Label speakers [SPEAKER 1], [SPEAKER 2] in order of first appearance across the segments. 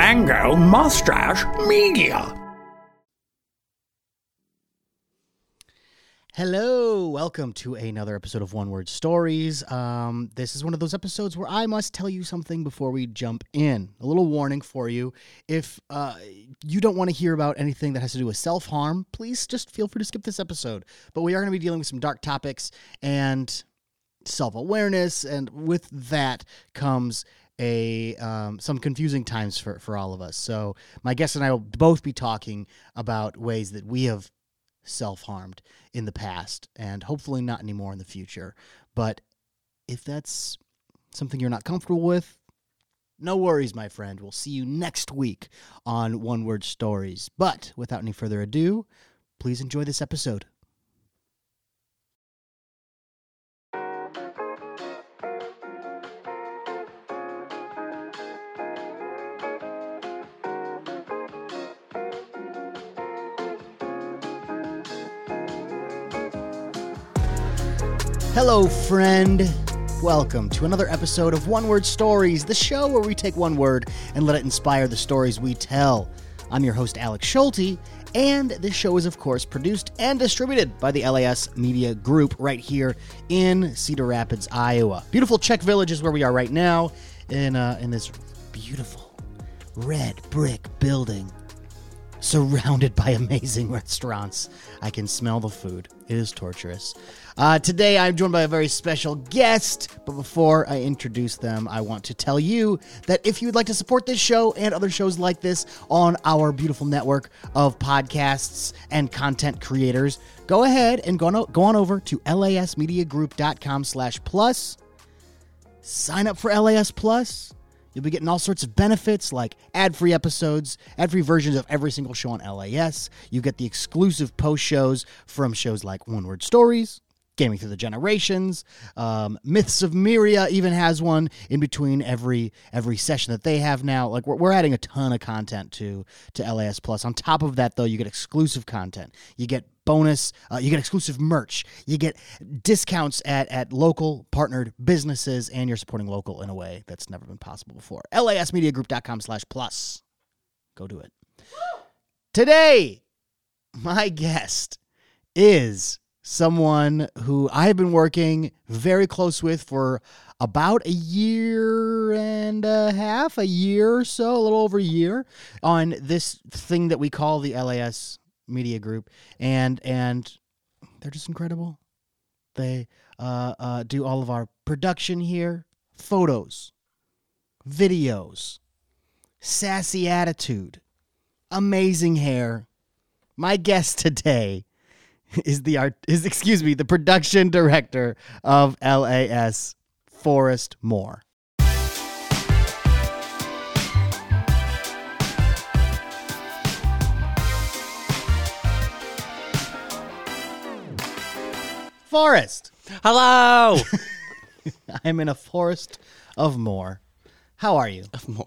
[SPEAKER 1] Mango Mustache Media.
[SPEAKER 2] Hello, welcome to another episode of One Word Stories. Um, this is one of those episodes where I must tell you something before we jump in. A little warning for you: if uh, you don't want to hear about anything that has to do with self harm, please just feel free to skip this episode. But we are going to be dealing with some dark topics and self awareness, and with that comes a um, some confusing times for for all of us. So my guest and I will both be talking about ways that we have self harmed in the past, and hopefully not anymore in the future. But if that's something you're not comfortable with, no worries, my friend. We'll see you next week on One Word Stories. But without any further ado, please enjoy this episode. Hello, friend. Welcome to another episode of One Word Stories, the show where we take one word and let it inspire the stories we tell. I'm your host, Alex Schulte, and this show is, of course, produced and distributed by the LAS Media Group right here in Cedar Rapids, Iowa. Beautiful Czech Village is where we are right now in, uh, in this beautiful red brick building surrounded by amazing restaurants. I can smell the food. It is torturous. Uh, today, I'm joined by a very special guest. But before I introduce them, I want to tell you that if you would like to support this show and other shows like this on our beautiful network of podcasts and content creators, go ahead and go on, go on over to lasmediagroup.com slash plus sign up for LAS Plus. You'll be getting all sorts of benefits like ad free episodes, ad free versions of every single show on LAS. You get the exclusive post shows from shows like One Word Stories, Gaming Through the Generations, um, Myths of Myria even has one in between every every session that they have now. Like we're, we're adding a ton of content to to LAS Plus. On top of that, though, you get exclusive content. You get bonus. Uh, you get exclusive merch. You get discounts at at local partnered businesses, and you're supporting local in a way that's never been possible before. LASMediaGroup.com/plus. Go do it today. My guest is someone who I have been working very close with for about a year and a half, a year or so, a little over a year, on this thing that we call the LAS Media Group, and and they're just incredible. They uh, uh, do all of our production here, photos, videos, sassy attitude, amazing hair. My guest today is the art is excuse me the production director of LAS Forrest Moore. Forrest,
[SPEAKER 3] Hello.
[SPEAKER 2] I'm in a forest of Moore. How are you?
[SPEAKER 3] More.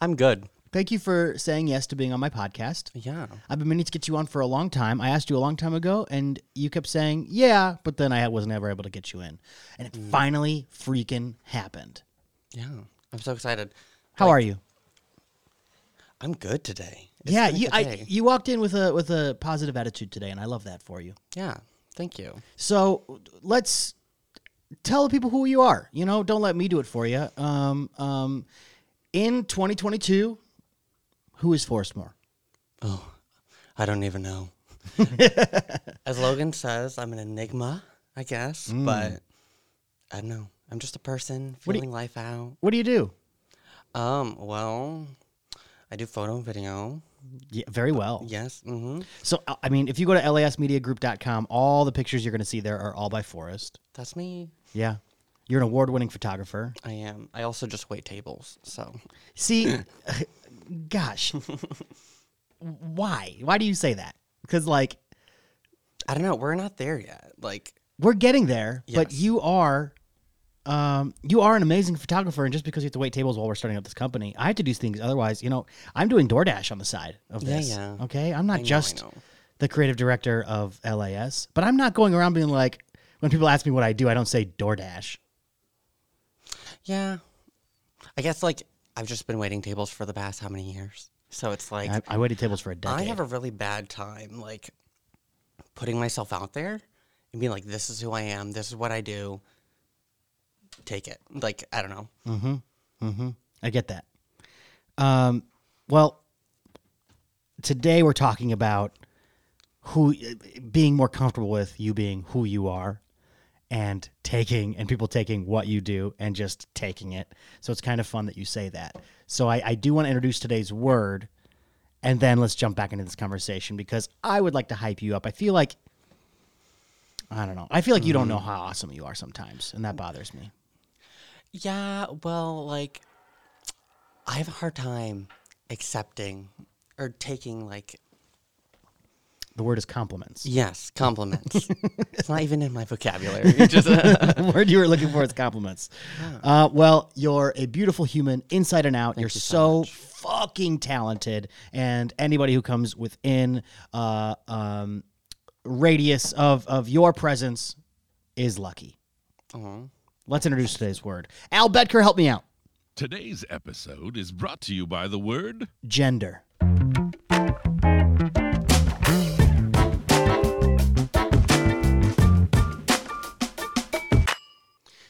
[SPEAKER 3] I'm good.
[SPEAKER 2] Thank you for saying yes to being on my podcast.
[SPEAKER 3] Yeah.
[SPEAKER 2] I've been meaning to get you on for a long time. I asked you a long time ago, and you kept saying, yeah, but then I was never able to get you in. And it
[SPEAKER 3] Mm.
[SPEAKER 2] finally freaking happened.
[SPEAKER 3] Yeah. I'm so excited.
[SPEAKER 2] How are you?
[SPEAKER 3] I'm good today. It's
[SPEAKER 2] Yeah,
[SPEAKER 3] been a
[SPEAKER 2] you
[SPEAKER 3] good
[SPEAKER 2] I,
[SPEAKER 3] day.
[SPEAKER 2] you walked in with a with a positive attitude today, and I love that for you.
[SPEAKER 3] yeah. Thank you.
[SPEAKER 2] So let's tell people who you are. You know, don't let me do it for you. Um, um, in 2022, who is Forrest Moore?
[SPEAKER 3] I don't even know. As Logan says, I'm an enigma, I guess, but I don't know. I'm just a person
[SPEAKER 2] What do you-
[SPEAKER 3] feeling life out.
[SPEAKER 2] What do you do?
[SPEAKER 3] Um, well, I do photo and video.
[SPEAKER 2] Yeah, very well.
[SPEAKER 3] Yes. Mhm.
[SPEAKER 2] So, uh, I- I mean, if you go to lasmediagroup.com, all the pictures you're going to see there are all by Forrest.
[SPEAKER 3] That's me.
[SPEAKER 2] Yeah. You're an award winning photographer.
[SPEAKER 3] I am. I also just wait tables. So,
[SPEAKER 2] See, gosh, why? Why do you say that? Because, like,
[SPEAKER 3] I don't know. We're not there yet. Like,
[SPEAKER 2] we're getting there, but
[SPEAKER 3] Yes.
[SPEAKER 2] you are. Um, you are an amazing photographer, and just because you have to wait tables while we're starting up this company, I have to do things. Otherwise, you know, I'm doing DoorDash on the side of
[SPEAKER 3] Yeah,
[SPEAKER 2] this.
[SPEAKER 3] yeah.
[SPEAKER 2] Okay, I'm
[SPEAKER 3] I
[SPEAKER 2] not
[SPEAKER 3] know, I
[SPEAKER 2] just
[SPEAKER 3] know.
[SPEAKER 2] the creative director of LAS, but I'm not going around being like, when people ask me what I do, I don't say DoorDash.
[SPEAKER 3] Yeah. I guess like I've just been waiting tables for the past how many years? So it's like
[SPEAKER 2] I, I waited tables for a decade.
[SPEAKER 3] I have a really bad time like putting myself out there and being like, this is who I am, this is what I do. Take it. Like, I don't know.
[SPEAKER 2] I get that. Um, well, today we're talking about who being more comfortable with you being who you are and taking and people taking what you do and just taking it. So it's kind of fun that you say that. So I, I do want to introduce today's word and then let's jump back into this conversation because I would like to hype you up. I feel like I don't know. I feel like you don't know how awesome you are sometimes, and that bothers me.
[SPEAKER 3] Yeah, well, like I have a hard time accepting or taking like
[SPEAKER 2] The word is compliments.
[SPEAKER 3] yes, compliments. it's not even in my vocabulary. It's just uh,
[SPEAKER 2] the word you were looking for is compliments. Uh, well, you're a beautiful human inside and out. you're
[SPEAKER 3] you
[SPEAKER 2] so,
[SPEAKER 3] so
[SPEAKER 2] fucking talented, and anybody who comes within uh, um, radius of of your presence is lucky.
[SPEAKER 3] Aw.
[SPEAKER 2] Let's introduce today's word. Al Bedker, help me out.
[SPEAKER 4] Today's episode is brought to you by the word
[SPEAKER 2] Gender.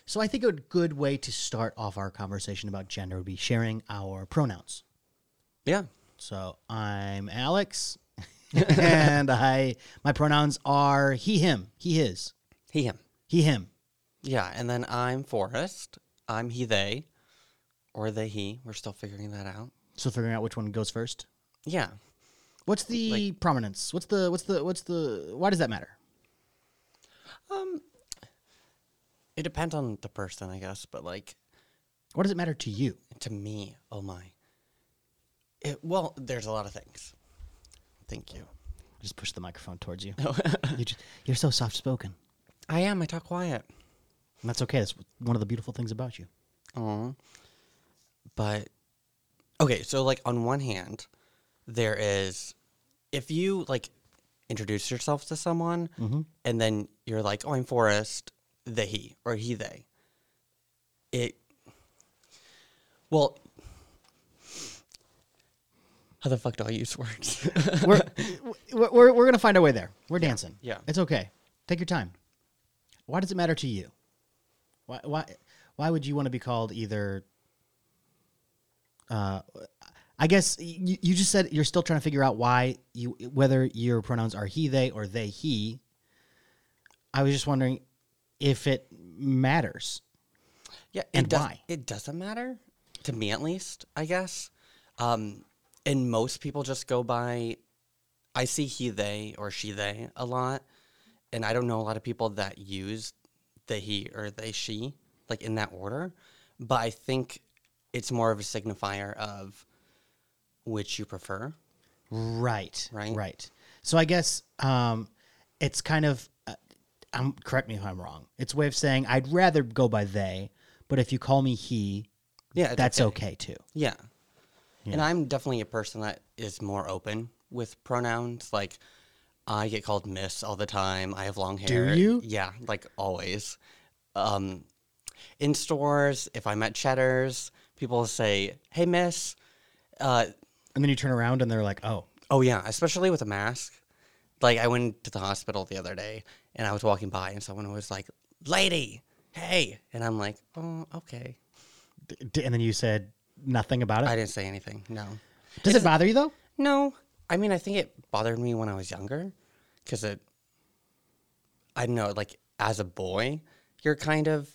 [SPEAKER 2] So I think a good way to start off our conversation about gender would be sharing our pronouns.
[SPEAKER 3] Yeah.
[SPEAKER 2] So I'm Alex, and I my pronouns are he, him, he, his,
[SPEAKER 3] He him.
[SPEAKER 2] he, him.
[SPEAKER 3] Yeah, and then I'm Forrest. I'm he they or they he. We're still figuring that out.
[SPEAKER 2] So figuring out which one goes first.
[SPEAKER 3] Yeah.
[SPEAKER 2] What's the prominence? What's the what's the what's the why does that matter?
[SPEAKER 3] um, It depends on the person, I guess, but like
[SPEAKER 2] What does it matter to you?
[SPEAKER 3] to me, oh my. It, well, there's a lot of things. Thank you.
[SPEAKER 2] Just push the microphone towards you.
[SPEAKER 3] Oh.
[SPEAKER 2] you just, you're so soft spoken.
[SPEAKER 3] I am. I talk quiet.
[SPEAKER 2] That's okay. That's one of the beautiful things about you.
[SPEAKER 3] Aw. But okay, so like on one hand, there is if you like introduce yourself to someone and then you're like, Oh, I'm Forrest, the he or he they. It well how the fuck do I use words?
[SPEAKER 2] We're we're, we're, we're going to find our way there. We're dancing.
[SPEAKER 3] yeah.
[SPEAKER 2] It's okay. Take your time. Why does it matter to you? Why why why would you want to be called either uh I guess you, you just said you're still trying to figure out why you whether your pronouns are he they or they he. I was just wondering if it matters.
[SPEAKER 3] Yeah, it
[SPEAKER 2] And
[SPEAKER 3] does,
[SPEAKER 2] why?
[SPEAKER 3] It doesn't matter to me, at least. I guess, um, and most people just go by. I see he they or she they a lot, and I don't know a lot of people that use the he or they she like in that order, but I think it's more of a signifier of which you prefer.
[SPEAKER 2] Right.
[SPEAKER 3] Right?
[SPEAKER 2] Right. So I guess um, it's kind of, uh, I'm, correct me if I'm wrong. It's a way of saying I'd rather go by they, but if you call me he,
[SPEAKER 3] Yeah, it's
[SPEAKER 2] that's okay, too.
[SPEAKER 3] Yeah. And I'm definitely a person that is more open with pronouns. Like, I get called Miss all the time. I have long hair.
[SPEAKER 2] you?
[SPEAKER 3] Yeah, like always. Um, in stores, if I'm at Cheddar's, people say, "Hey, Miss." Uh,
[SPEAKER 2] And then you turn around and they're like, oh,
[SPEAKER 3] oh yeah, especially with a mask. Like, I went to the hospital the other day, and I was walking by, and someone was like, "Lady, hey," and I'm like, "Oh, okay."
[SPEAKER 2] d- d- and then you said nothing about it.
[SPEAKER 3] I didn't say anything. No.
[SPEAKER 2] Does it bother you, though?
[SPEAKER 3] No, I mean, I think it bothered me when I was younger because it, I don't know, like as a boy, you're kind of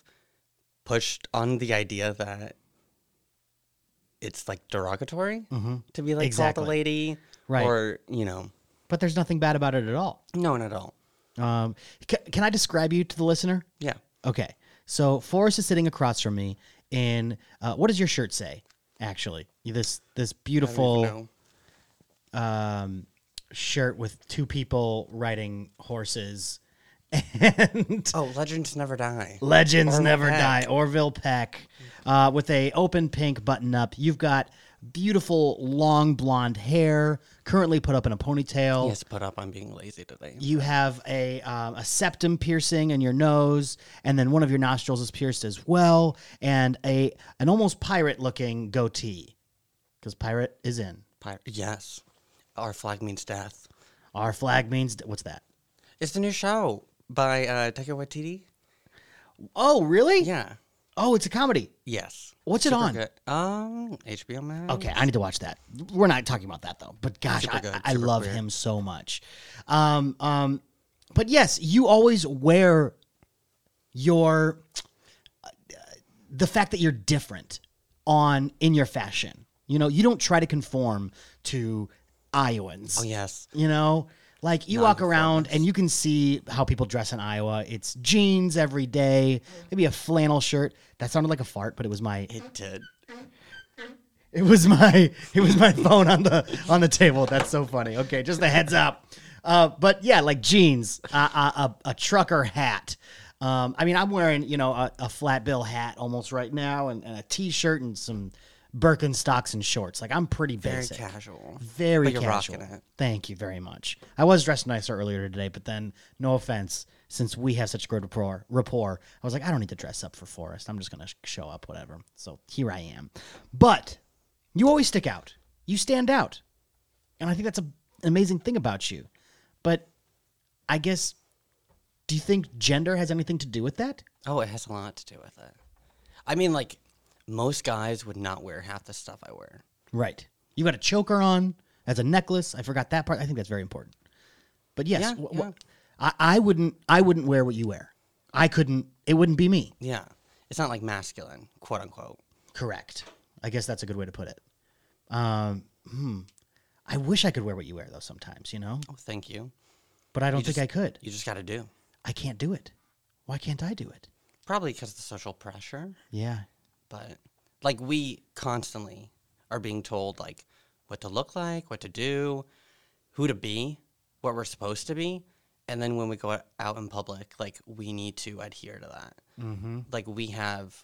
[SPEAKER 3] pushed on the idea that it's like derogatory to be like
[SPEAKER 2] Exactly.
[SPEAKER 3] called a lady,
[SPEAKER 2] Right.
[SPEAKER 3] Or you know,
[SPEAKER 2] But there's nothing bad about it at all.
[SPEAKER 3] no, not at all.
[SPEAKER 2] Um, ca can I describe you to the listener?
[SPEAKER 3] Yeah,
[SPEAKER 2] Okay. So Forrest is sitting across from me in, uh, what does your shirt say, actually? This, this beautiful.
[SPEAKER 3] no,
[SPEAKER 2] um, shirt with two people riding horses and
[SPEAKER 3] Oh, legends never die.
[SPEAKER 2] Legends
[SPEAKER 3] Orville
[SPEAKER 2] Never
[SPEAKER 3] Peck.
[SPEAKER 2] Die, Orville Peck, uh, with a open pink button up. You've got beautiful long blonde hair, currently put up in a ponytail.
[SPEAKER 3] Yes, put up. I'm being lazy today.
[SPEAKER 2] You have a um, a septum piercing in your nose, and then one of your nostrils is pierced as well, and a an almost pirate looking goatee, because pirate is in.
[SPEAKER 3] Pir- yes, our flag means death.
[SPEAKER 2] Our flag means what's that?
[SPEAKER 3] It's the new show by uh, Taika Waititi.
[SPEAKER 2] Oh, really?
[SPEAKER 3] Yeah.
[SPEAKER 2] Oh, it's a comedy.
[SPEAKER 3] Yes.
[SPEAKER 2] What's it
[SPEAKER 3] Super
[SPEAKER 2] on?
[SPEAKER 3] Good. Um, HBO Max.
[SPEAKER 2] Okay, I need to watch that. We're not talking about that though. But gosh,
[SPEAKER 3] Super
[SPEAKER 2] I,
[SPEAKER 3] good,
[SPEAKER 2] I
[SPEAKER 3] super
[SPEAKER 2] love
[SPEAKER 3] queer.
[SPEAKER 2] him so much. Um, um, but yes, you always wear your the fact that you're different on in your fashion. You know, you don't try to conform to Iowans.
[SPEAKER 3] Oh yes.
[SPEAKER 2] You know, like you walk around and you can see how people dress in Iowa. It's jeans every day, maybe a flannel shirt. That sounded like a fart, but it was my
[SPEAKER 3] It did.
[SPEAKER 2] it was my it was my phone on the on the table. That's so funny. Okay, just a heads up. Uh, but yeah, like jeans, uh, uh, a, a trucker hat. Um, I mean, I'm wearing you know a, a flat bill hat almost right now, and, and a t-shirt and some Birkenstocks and shorts. Like I'm pretty
[SPEAKER 3] Very
[SPEAKER 2] basic,
[SPEAKER 3] casual.
[SPEAKER 2] very
[SPEAKER 3] But you're
[SPEAKER 2] casual.
[SPEAKER 3] rocking it.
[SPEAKER 2] Thank you very much. I was dressed nicer earlier today, but then no offense, since we have such great rapport, rapport, I was like, I don't need to dress up for Forrest. I'm just gonna sh- show up, whatever. So here I am. But you always stick out. You stand out, and I think that's a, an amazing thing about you. But I guess, do you think gender has anything to do with that?
[SPEAKER 3] Oh, it has a lot to do with it. I mean, like most guys would not wear half the stuff I wear.
[SPEAKER 2] Right. You got a choker on as a necklace. I forgot that part. I think that's very important. But yes,
[SPEAKER 3] Yeah,
[SPEAKER 2] wh- wh-
[SPEAKER 3] yeah.
[SPEAKER 2] I, I wouldn't. I wouldn't wear what you wear. I couldn't. It wouldn't be me.
[SPEAKER 3] Yeah. It's not like masculine, quote unquote.
[SPEAKER 2] Correct. I guess that's a good way to put it. Um, hmm. I wish I could wear what you wear though. Sometimes you know,
[SPEAKER 3] Oh, thank you.
[SPEAKER 2] but I don't think
[SPEAKER 3] just-
[SPEAKER 2] I could.
[SPEAKER 3] You just got to do.
[SPEAKER 2] I can't do it. Why can't I do it?
[SPEAKER 3] Probably because of the social pressure,
[SPEAKER 2] Yeah.
[SPEAKER 3] but like we constantly are being told like what to look like, what to do, who to be, what we're supposed to be, and then when we go out in public, like we need to adhere to that. Mm-hmm. Like we have,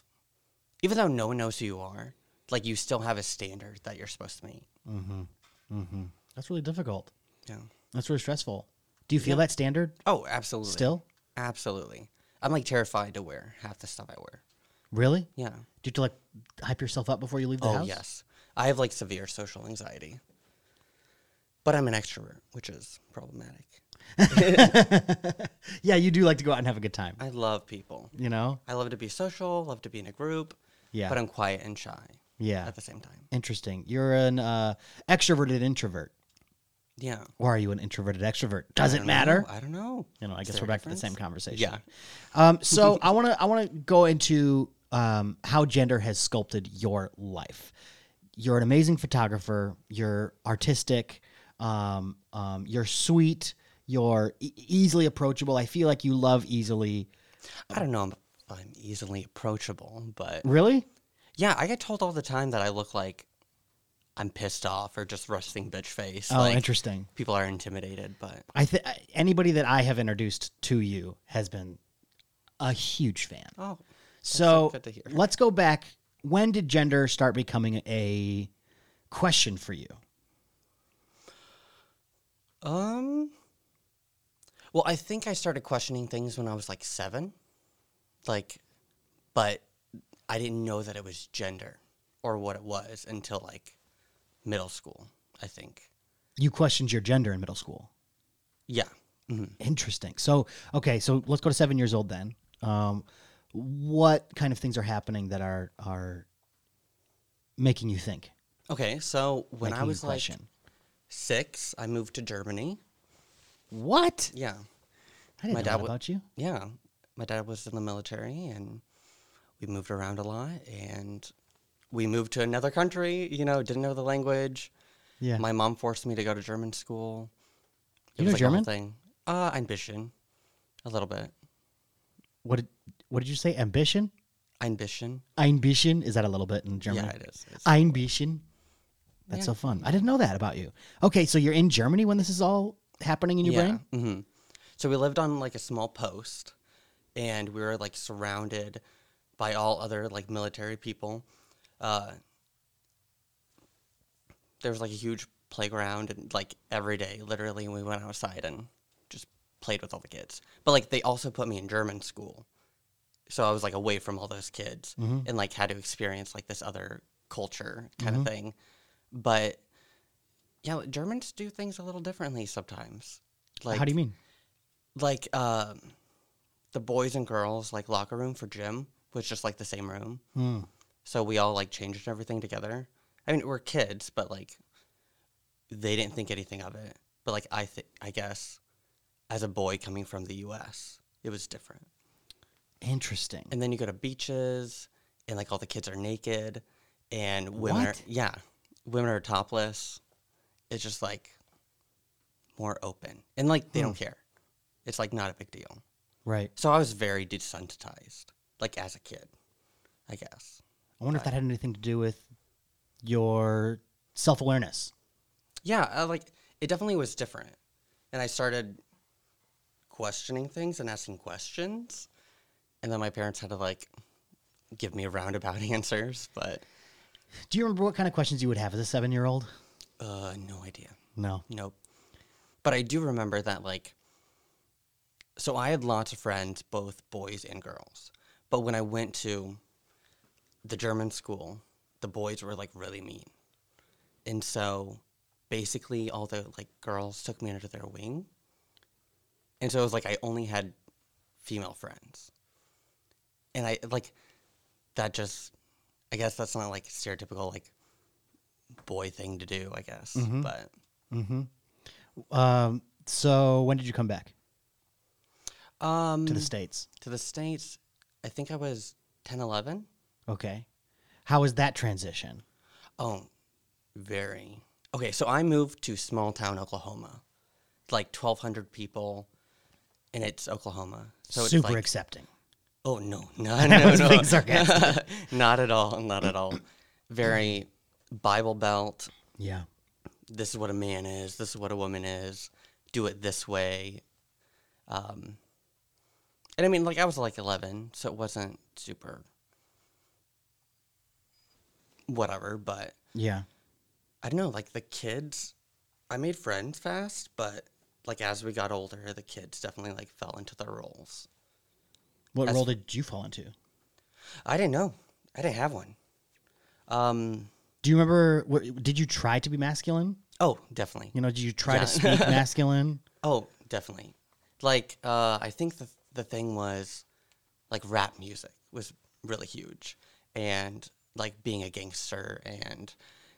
[SPEAKER 3] even though no one knows who you are, like you still have a standard that you're supposed to meet.
[SPEAKER 2] That's really difficult.
[SPEAKER 3] Yeah.
[SPEAKER 2] That's really stressful. Do you feel that standard
[SPEAKER 3] Oh, absolutely.
[SPEAKER 2] still?
[SPEAKER 3] Absolutely. I'm like terrified to wear half the stuff I wear.
[SPEAKER 2] Really?
[SPEAKER 3] Yeah.
[SPEAKER 2] Do you have to like hype yourself up before you leave the
[SPEAKER 3] Oh
[SPEAKER 2] house?
[SPEAKER 3] yes, I have like severe social anxiety, but I'm an extrovert, which is problematic.
[SPEAKER 2] Yeah, you do like to go out and have a good time.
[SPEAKER 3] I love people.
[SPEAKER 2] You know?
[SPEAKER 3] I love to be social. Love to be in a group.
[SPEAKER 2] Yeah.
[SPEAKER 3] But I'm quiet and shy
[SPEAKER 2] Yeah.
[SPEAKER 3] at the same time.
[SPEAKER 2] Interesting. You're an uh, extroverted introvert,
[SPEAKER 3] Yeah.
[SPEAKER 2] or are you an introverted extrovert? Does
[SPEAKER 3] I
[SPEAKER 2] it
[SPEAKER 3] don't
[SPEAKER 2] matter?
[SPEAKER 3] know. I don't know.
[SPEAKER 2] You know, I
[SPEAKER 3] Is
[SPEAKER 2] guess
[SPEAKER 3] there
[SPEAKER 2] we're
[SPEAKER 3] a
[SPEAKER 2] back to the
[SPEAKER 3] difference?
[SPEAKER 2] same conversation.
[SPEAKER 3] Yeah.
[SPEAKER 2] Um, so I want to I want to go into um, how gender has sculpted your life. You're an amazing photographer. You're artistic. Um, um, you're sweet. You're e- easily approachable. I feel like you love easily.
[SPEAKER 3] I don't know if I'm easily approachable, but
[SPEAKER 2] Really?
[SPEAKER 3] yeah, I get told all the time that I look like I'm pissed off or just resting bitch face.
[SPEAKER 2] Oh,
[SPEAKER 3] like,
[SPEAKER 2] interesting.
[SPEAKER 3] People are intimidated, but
[SPEAKER 2] I think anybody that I have introduced to you has been a huge fan.
[SPEAKER 3] oh,
[SPEAKER 2] so
[SPEAKER 3] good to hear.
[SPEAKER 2] let's go back. When did gender start becoming a question for you?
[SPEAKER 3] Um. Well, I think I started questioning things when I was like seven, like, but I didn't know that it was gender or what it was until like middle school. I think.
[SPEAKER 2] You questioned your gender in middle school.
[SPEAKER 3] Yeah. hmm
[SPEAKER 2] Interesting. So, okay, so let's go to seven years old then. Um, what kind of things are happening that are are making you think?
[SPEAKER 3] Okay. So when
[SPEAKER 2] making
[SPEAKER 3] I
[SPEAKER 2] you
[SPEAKER 3] was like
[SPEAKER 2] question?
[SPEAKER 3] six, I moved to Germany.
[SPEAKER 2] what?
[SPEAKER 3] Yeah.
[SPEAKER 2] I didn't
[SPEAKER 3] my
[SPEAKER 2] know
[SPEAKER 3] dad
[SPEAKER 2] that
[SPEAKER 3] wa-
[SPEAKER 2] about you.
[SPEAKER 3] Yeah. My dad was in the military and we moved around a lot and we moved to another country, you know, didn't know the language.
[SPEAKER 2] Yeah.
[SPEAKER 3] My mom forced me to go to German school.
[SPEAKER 2] You know
[SPEAKER 3] like a whole
[SPEAKER 2] German?
[SPEAKER 3] Thing. Uh, ambition, a little bit.
[SPEAKER 2] what did what did you say? Ambition?
[SPEAKER 3] Ambition.
[SPEAKER 2] Einbischen? Is that a little bit in German?
[SPEAKER 3] Yeah, it is. It's-
[SPEAKER 2] Einbischen. That's
[SPEAKER 3] Yeah.
[SPEAKER 2] so fun. I didn't know that about you. Okay, so you're in Germany when this is all happening in your
[SPEAKER 3] yeah.
[SPEAKER 2] brain?
[SPEAKER 3] hmm So we lived on like a small post and we were like surrounded by all other like military people. Uh, there was like a huge playground and like every day literally we went outside and just played with all the kids. But like they also put me in German school. So I was like away from all those kids
[SPEAKER 2] Mm-hmm.
[SPEAKER 3] and like had to experience like this other culture kind of thing. But yeah, Germans do things a little differently sometimes. Like
[SPEAKER 2] How do you mean?
[SPEAKER 3] like um the boys and girls like locker room for gym was just like the same room.
[SPEAKER 2] Hmm.
[SPEAKER 3] So we all like changed everything together. I mean, we're kids, but like they didn't think anything of it. But like I think I guess as a boy coming from the US, it was different.
[SPEAKER 2] Interesting.
[SPEAKER 3] And then you go to beaches and like all the kids are naked and women are
[SPEAKER 2] What?
[SPEAKER 3] yeah, women are topless. It's just like more open. And like they don't care. It's like not a big deal.
[SPEAKER 2] right.
[SPEAKER 3] So I was very desensitized, like as a kid, I guess.
[SPEAKER 2] I wonder if that had anything to do with your self awareness.
[SPEAKER 3] Yeah, I, like it definitely was different. And I started questioning things and asking questions. And then my parents had to like give me roundabout answers, but
[SPEAKER 2] Do you remember what kind of questions you would have as a seven year old?
[SPEAKER 3] uh, no idea.
[SPEAKER 2] No.
[SPEAKER 3] Nope. But I do remember that, like, so I had lots of friends, both boys and girls. But when I went to the German school, the boys were like really mean. And so basically, all the like girls took me under their wing. And so it was like I only had female friends. And I like that just, I guess that's not like stereotypical, like, boy thing to do, I guess. But
[SPEAKER 2] Mm-hmm. Um, so when did you come back
[SPEAKER 3] Um,
[SPEAKER 2] to the States?
[SPEAKER 3] to the States, I think I was 10, 11.
[SPEAKER 2] Okay. How was that transition?
[SPEAKER 3] Oh, very. Okay, so I moved to small town Oklahoma, like 1,200 people, and it's Oklahoma. So it's
[SPEAKER 2] Super
[SPEAKER 3] like,
[SPEAKER 2] accepting.
[SPEAKER 3] Oh, no, no, no,
[SPEAKER 2] was
[SPEAKER 3] no.
[SPEAKER 2] being sarcastic.
[SPEAKER 3] not at all, not at all. Very Bible Belt.
[SPEAKER 2] Yeah.
[SPEAKER 3] This is what a man is. This is what a woman is. Do it this way. Um, and I mean, like, I was like 11, so it wasn't super whatever, but
[SPEAKER 2] Yeah.
[SPEAKER 3] I don't know, like the kids, I made friends fast, but like as we got older, the kids definitely like fell into their roles.
[SPEAKER 2] What
[SPEAKER 3] As-
[SPEAKER 2] role did you fall into?
[SPEAKER 3] I didn't know. I didn't have one. Um,
[SPEAKER 2] Do you remember? wh- Did you try to be masculine?
[SPEAKER 3] oh, definitely.
[SPEAKER 2] You know, did you try to speak masculine?
[SPEAKER 3] Oh, definitely. Like, uh, I think the the thing was, like, rap music was really huge, and like being a gangster, and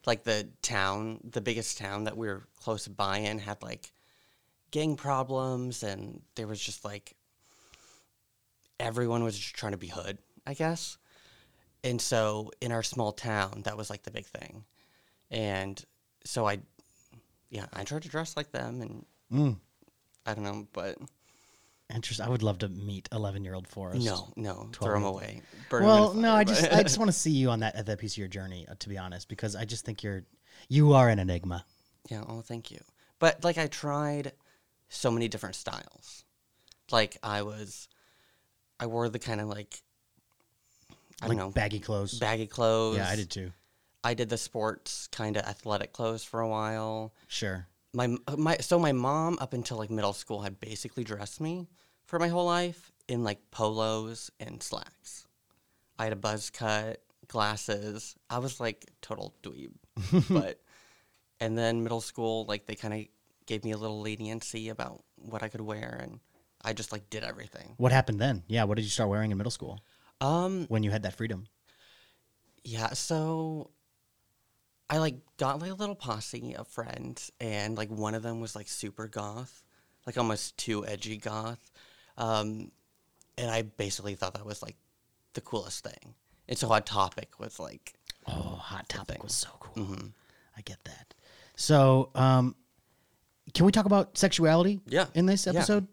[SPEAKER 3] like the town, the biggest town that we were close by in had like gang problems, and there was just like everyone was just trying to be hood, I guess. And so in our small town, that was like the big thing, and so I, yeah, I tried to dress like them and. I don't know, but
[SPEAKER 2] Interesting. Mm. I would love to meet eleven-year-old Forrest.
[SPEAKER 3] no, no, throw them away. Burn 'em in
[SPEAKER 2] Well,
[SPEAKER 3] fire,
[SPEAKER 2] no, I
[SPEAKER 3] but-
[SPEAKER 2] just I just want to see you on that at that piece of your journey, uh, to be honest, because I just think you're you are an enigma.
[SPEAKER 3] yeah. Oh, thank you. But like, I tried so many different styles. Like, I was, I wore the kind of like, I
[SPEAKER 2] Like
[SPEAKER 3] don't know,
[SPEAKER 2] baggy clothes.
[SPEAKER 3] baggy clothes.
[SPEAKER 2] yeah, I did too.
[SPEAKER 3] I did the sports kind of athletic clothes for a while.
[SPEAKER 2] Sure.
[SPEAKER 3] my m- uh, my so my mom up until like middle school had basically dressed me for my whole life in like polos and slacks. I had a buzz cut, glasses. I was like total dweeb. but and then middle school like they kind of gave me a little leniency about what I could wear and I just like did everything.
[SPEAKER 2] What happened then? Yeah, what did you start wearing in middle school
[SPEAKER 3] Um
[SPEAKER 2] when you had that freedom?
[SPEAKER 3] Yeah, so I like got like a little posse of friends, and like one of them was like super goth, like almost too edgy goth, um, and I basically thought that was like the coolest thing. And so our topic was like,
[SPEAKER 2] Oh, Hot Topic was so cool.
[SPEAKER 3] Mm-hmm.
[SPEAKER 2] I get that. So, um, can we talk about sexuality?
[SPEAKER 3] Yeah.
[SPEAKER 2] In this
[SPEAKER 3] Yeah.
[SPEAKER 2] episode.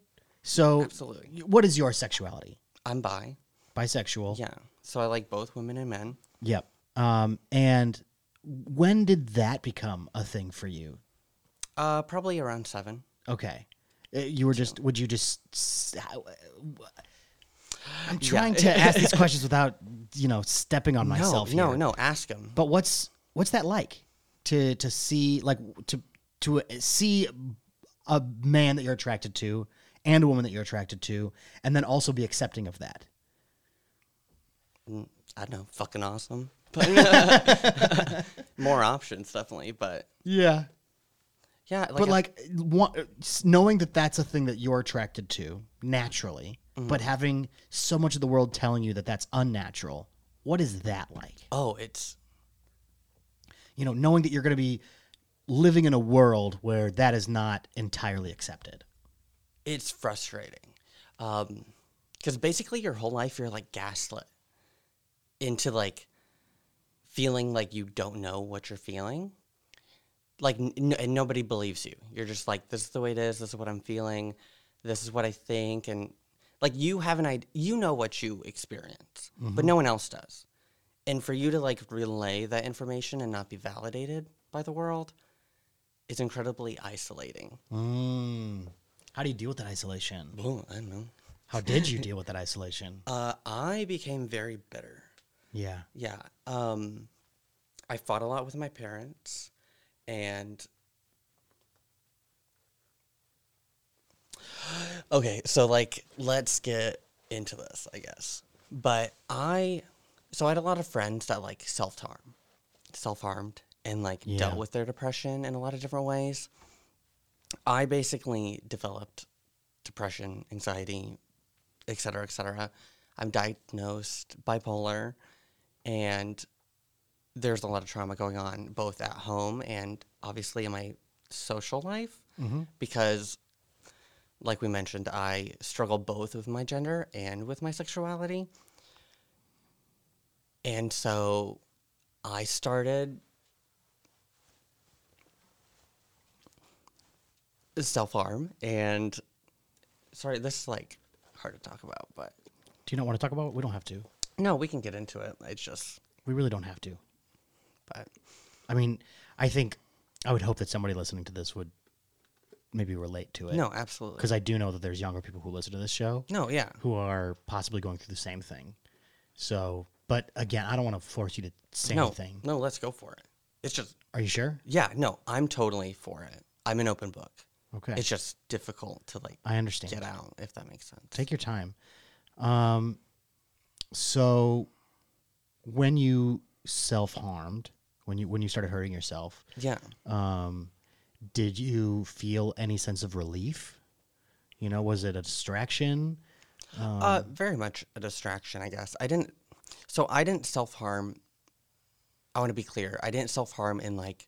[SPEAKER 2] So,
[SPEAKER 3] Absolutely.
[SPEAKER 2] what is your sexuality?
[SPEAKER 3] I'm bi.
[SPEAKER 2] Bisexual.
[SPEAKER 3] Yeah, so I like both women and men.
[SPEAKER 2] Yep. Um, and when did that become a thing for you?
[SPEAKER 3] Uh, probably around seven.
[SPEAKER 2] Okay. Uh, You were just. Would you just? s- how- uh, I'm trying to ask these questions without you know stepping on myself.
[SPEAKER 3] no,
[SPEAKER 2] here.
[SPEAKER 3] no, ask him.
[SPEAKER 2] But what's what's that like to to see like to to uh, see a man that you're attracted to and a woman that you're attracted to, and then also be accepting of that?
[SPEAKER 3] I don't know, fucking awesome. But more options definitely, but
[SPEAKER 2] Yeah,
[SPEAKER 3] yeah, like,
[SPEAKER 2] but
[SPEAKER 3] I-
[SPEAKER 2] like one, knowing that that's a thing that you're attracted to naturally, but having so much of the world telling you that that's unnatural. What is that like?
[SPEAKER 3] oh, it's
[SPEAKER 2] You know, knowing that you're going to be living in a world where that is not entirely accepted.
[SPEAKER 3] it's frustrating because basically your whole life you're like gaslit into like feeling like you don't know what you're feeling like n- n- and nobody believes you you're just like this is the way it is this is what i'm feeling this is what i think and like you have an idea you know what you experience but no one else does and for you to like relay that information and not be validated by the world is incredibly isolating
[SPEAKER 2] Mm. How do you deal with that isolation?
[SPEAKER 3] Ooh, i don't know
[SPEAKER 2] How did you deal with that isolation?
[SPEAKER 3] Uh, I became very bitter.
[SPEAKER 2] Yeah.
[SPEAKER 3] Yeah. Um, I fought a lot with my parents, and okay, so like, let's get into this, I guess. But I, so I had a lot of friends that like self harm, self harmed, and like
[SPEAKER 2] Yeah.
[SPEAKER 3] dealt with their depression in a lot of different ways. I basically developed depression, anxiety, et cetera, et cetera. I'm diagnosed bipolar, and there's a lot of trauma going on both at home and obviously in my social life
[SPEAKER 2] Mm-hmm.
[SPEAKER 3] because, like we mentioned, I struggle both with my gender and with my sexuality. And so I started self harm and sorry, this is like hard to talk about, but
[SPEAKER 2] Do you not want to talk about it? We don't have to.
[SPEAKER 3] no, we can get into it. It's just,
[SPEAKER 2] We really don't have to.
[SPEAKER 3] but
[SPEAKER 2] I mean, I think I would hope that somebody listening to this would maybe relate to it.
[SPEAKER 3] no, absolutely.
[SPEAKER 2] Because I do know that there's younger people who listen to this show
[SPEAKER 3] No, yeah.
[SPEAKER 2] who are possibly going through the same thing. So, but again, I don't want to force you to say
[SPEAKER 3] no,
[SPEAKER 2] anything.
[SPEAKER 3] no, let's go for it. It's just,
[SPEAKER 2] Are you sure?
[SPEAKER 3] yeah, no, I'm totally for it. I'm an open book.
[SPEAKER 2] Okay.
[SPEAKER 3] It's just difficult to like
[SPEAKER 2] I understand.
[SPEAKER 3] get out, if that makes sense.
[SPEAKER 2] Take your time. Um, so, when you self harmed, when you when you started hurting yourself,
[SPEAKER 3] yeah.
[SPEAKER 2] um, did you feel any sense of relief? You know, was it a distraction?
[SPEAKER 3] uh,
[SPEAKER 2] Um,
[SPEAKER 3] very much a distraction, I guess. I didn't, so I didn't self harm. I want to be clear. I didn't self harm in like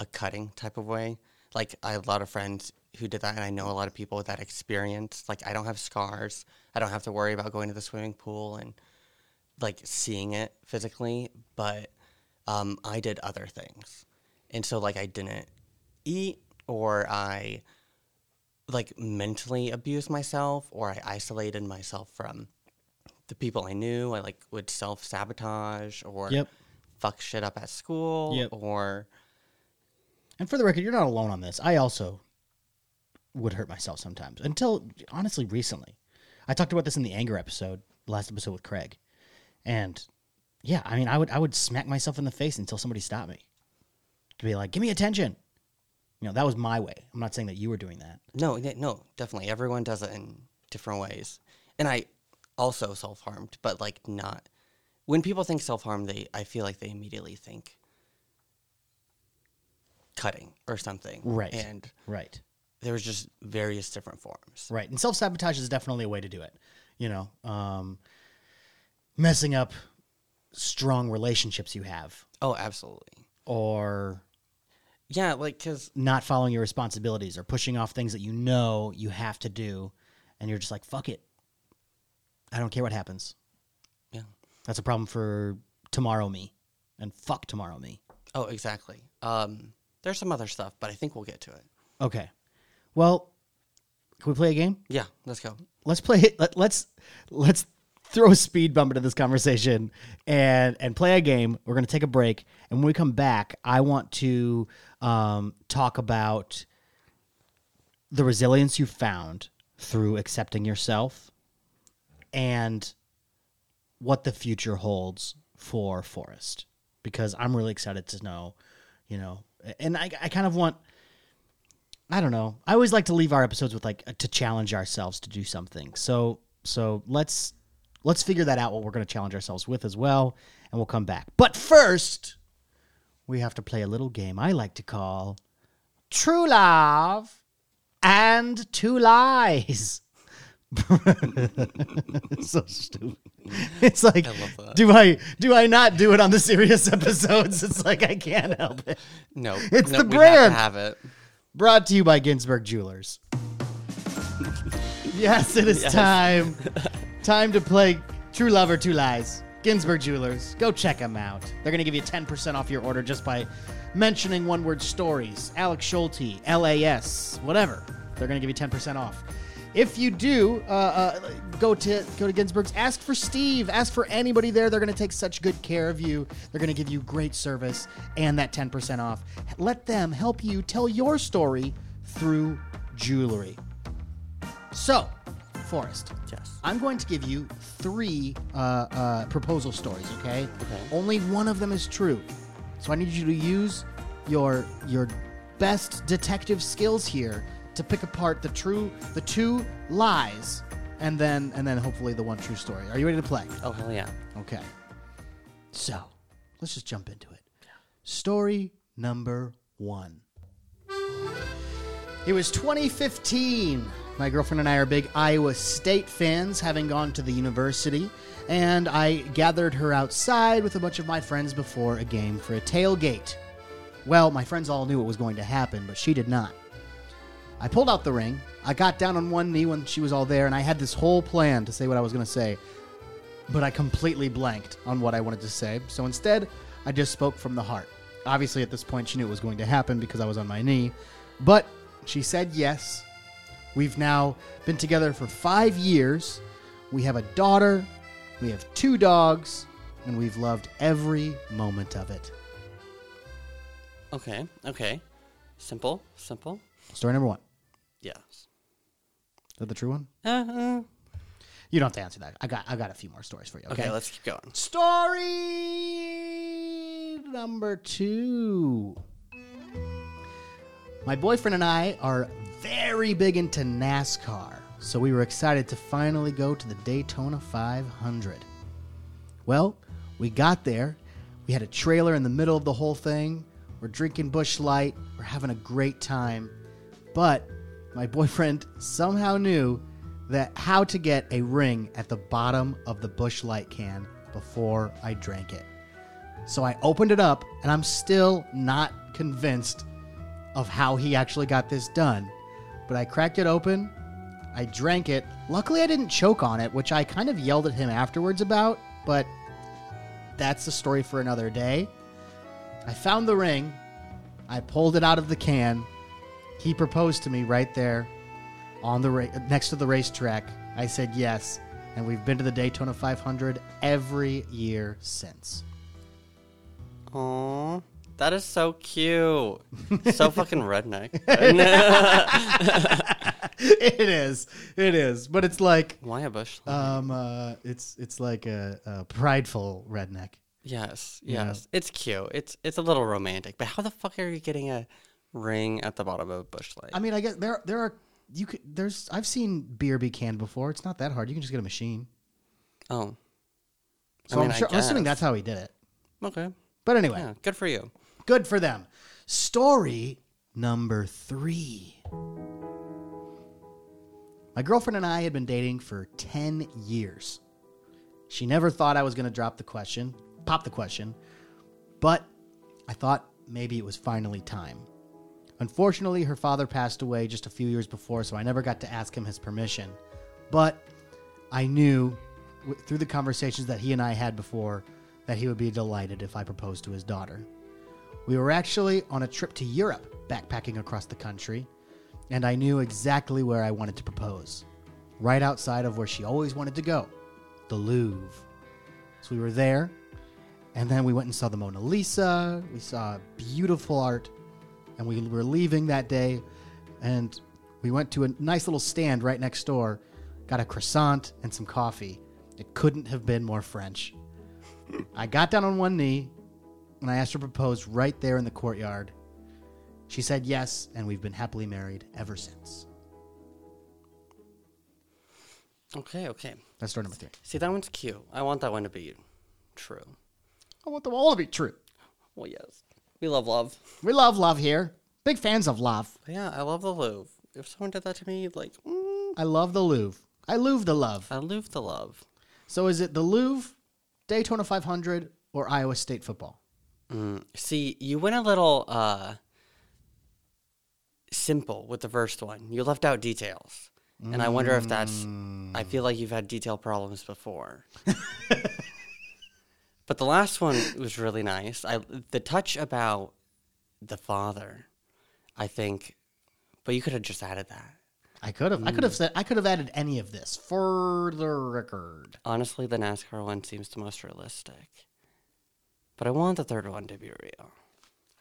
[SPEAKER 3] a cutting type of way. Like, I have a lot of friends who did that, and I know a lot of people with that experience. Like, I don't have scars. I don't have to worry about going to the swimming pool and like seeing it physically, but um, I did other things. And so, like, I didn't eat or I like mentally abused myself or I isolated myself from the people I knew. I like would self sabotage or
[SPEAKER 2] Yep.
[SPEAKER 3] fuck shit up at school
[SPEAKER 2] Yep.
[SPEAKER 3] or
[SPEAKER 2] And for the record, you're not alone on this. I also would hurt myself sometimes until honestly recently. I talked about this in the anger episode, last episode with Craig. And yeah, I mean, I would I would smack myself in the face until somebody stopped me to be like, "Give me attention." You know, that was my way. I'm not saying that you were doing that.
[SPEAKER 3] No, yeah, no, definitely. Everyone does it in different ways. And I also self harmed, but like not. When people think self harm, they I feel like they immediately think cutting or something.
[SPEAKER 2] Right.
[SPEAKER 3] And
[SPEAKER 2] Right.
[SPEAKER 3] there was just various different forms.
[SPEAKER 2] Right. And self sabotage is definitely a way to do it. You know, um, messing up strong relationships you have
[SPEAKER 3] Oh, absolutely.
[SPEAKER 2] or
[SPEAKER 3] Yeah, like because
[SPEAKER 2] not following your responsibilities or pushing off things that you know you have to do. And you're just like, fuck it. I don't care what happens.
[SPEAKER 3] yeah.
[SPEAKER 2] That's a problem for tomorrow me and fuck tomorrow me.
[SPEAKER 3] Oh, exactly. Um, there's some other stuff, but I think we'll get to it.
[SPEAKER 2] Okay. Well, can we play a game?
[SPEAKER 3] Yeah, let's go.
[SPEAKER 2] let's play it let, let's let's throw a speed bump into this conversation and and play a game we're going to take a break and when we come back i want to um, talk about the resilience you found through accepting yourself and what the future holds for Forest. Because I'm really excited to know, you know, and I, I kind of want, I don't know. I always like to leave our episodes with like to challenge ourselves to do something. So, so let's, let's figure that out what we're going to challenge ourselves with as well. And we'll come back. But first, we have to play a little game I like to call True Love and Two Lies. so stupid. It's like, do I do I not do it on the serious episodes? It's like I can't help it.
[SPEAKER 3] No,
[SPEAKER 2] It's
[SPEAKER 3] no,
[SPEAKER 2] the
[SPEAKER 3] we
[SPEAKER 2] brand.
[SPEAKER 3] Have to have it.
[SPEAKER 2] Brought to you by Ginsburg Jewelers. yes, it is time. Time to play True Love or Two Lies. Ginsburg Jewelers. Go check them out. They're going to give you 10% off your order just by mentioning one word stories, Alex Schulte, LAS, whatever. They're going to give you 10% off. If you do, uh, uh, go to go to Ginsburg's. Ask for Steve. Ask for anybody there. They're going to take such good care of you. They're going to give you great service and that 10% off. Let them help you tell your story through jewelry. So, Forrest,
[SPEAKER 3] Yes.
[SPEAKER 2] I'm going to give you three uh, uh, proposal stories. Okay?
[SPEAKER 3] Okay.
[SPEAKER 2] Only one of them is true, so I need you to use your your best detective skills here to pick apart the true, the two lies, and then and then hopefully the one true story. Are you ready to play?
[SPEAKER 3] Oh hell yeah.
[SPEAKER 2] Okay. So, let's just jump into it. Story number one. It was 2015. My girlfriend and I are big Iowa State fans, having gone to the university, and I gathered her outside with a bunch of my friends before a game for a tailgate. Well, my friends all knew what was going to happen, but she did not. I pulled out the ring. I got down on one knee when she was all there, and I had this whole plan to say what I was going to say but I completely blanked on what I wanted to say. So instead, I just spoke from the heart. Obviously, at this point, she knew it was going to happen because I was on my knee, but she said yes. We've now been together for five years. We have a daughter, we have two dogs, and we've loved every moment of it.
[SPEAKER 3] Okay. Okay. Simple. Simple.
[SPEAKER 2] Story number one.
[SPEAKER 3] Yes.
[SPEAKER 2] Is that the true one?
[SPEAKER 3] Uh-huh.
[SPEAKER 2] You don't have to answer that. I got I got a few more stories for you.
[SPEAKER 3] Okay,
[SPEAKER 2] okay
[SPEAKER 3] let's keep going.
[SPEAKER 2] Story number two. My boyfriend and I are very big into NASCAR, so we were excited to finally go to the Daytona 500. Well, we got there. We had a trailer in the middle of the whole thing. We're drinking Bush Light. We're having a great time. But my boyfriend somehow knew that how to get a ring at the bottom of the Bush Light can before I drank it. So I opened it up, and I'm still not convinced of how he actually got this done. But I cracked it open, I drank it. Luckily, I didn't choke on it, which I kind of yelled at him afterwards about, but that's the story for another day. I found the ring, I pulled it out of the can. He proposed to me right there on the ra- next to the racetrack. I said yes, and we've been to the Daytona 500 every year since.
[SPEAKER 3] Aw, that is so cute. So fucking redneck.
[SPEAKER 2] it is. It is. But it's like
[SPEAKER 3] Why a bush?
[SPEAKER 2] um uh it's it's like a, a prideful redneck.
[SPEAKER 3] yes, yes. It's cute. It's it's a little romantic. But how the fuck are you getting a ring at the bottom of a bush light?
[SPEAKER 2] I mean, I guess there there are you could there's I've seen beer be canned before. It's not that hard. You can just get a machine.
[SPEAKER 3] oh.
[SPEAKER 2] So I
[SPEAKER 3] mean,
[SPEAKER 2] am
[SPEAKER 3] I
[SPEAKER 2] sure, I'm assuming
[SPEAKER 3] guess.
[SPEAKER 2] that's how he did it.
[SPEAKER 3] Okay.
[SPEAKER 2] But anyway,
[SPEAKER 3] Yeah, good for you.
[SPEAKER 2] Good for them. Story number three. My girlfriend and I had been dating for 10 years. She never thought I was going to drop the question, pop the question, but I thought maybe it was finally time. Unfortunately, her father passed away just a few years before, so I never got to ask him his permission. But I knew w- through the conversations that he and I had before that he would be delighted if I proposed to his daughter. We were actually on a trip to Europe, backpacking across the country, and I knew exactly where I wanted to propose. Right outside of where she always wanted to go, the Louvre. So we were there, and then we went and saw the Mona Lisa. We saw beautiful art, and we were leaving that day, and We went to a nice little stand right next door, got a croissant and some coffee. It couldn't have been more French. I got down on one knee and I asked her to propose right there in the courtyard. She said yes, and we've been happily married ever since.
[SPEAKER 3] Okay, okay.
[SPEAKER 2] That's story number three.
[SPEAKER 3] See, that one's cute. I want that one to be true.
[SPEAKER 2] I want them all to be true.
[SPEAKER 3] Well, yes. We love love.
[SPEAKER 2] We love love here. Big fans of love.
[SPEAKER 3] But yeah, I love the Louvre. If someone did that to me, like, mm,
[SPEAKER 2] I love the Louvre. I Louvre the love.
[SPEAKER 3] I love the love.
[SPEAKER 2] So is it the Louvre, Daytona 500, or Iowa State football?
[SPEAKER 3] See, you went a little uh, simple with the first one. You left out details. And I wonder if that's. I feel like you've had detail problems before. but the last one was really nice. I the touch about the father, I think. But you could have just added that.
[SPEAKER 2] I could have. I could have said. I could have added any of this for the record.
[SPEAKER 3] Honestly, the NASCAR one seems the most realistic. But I want the third one to be real.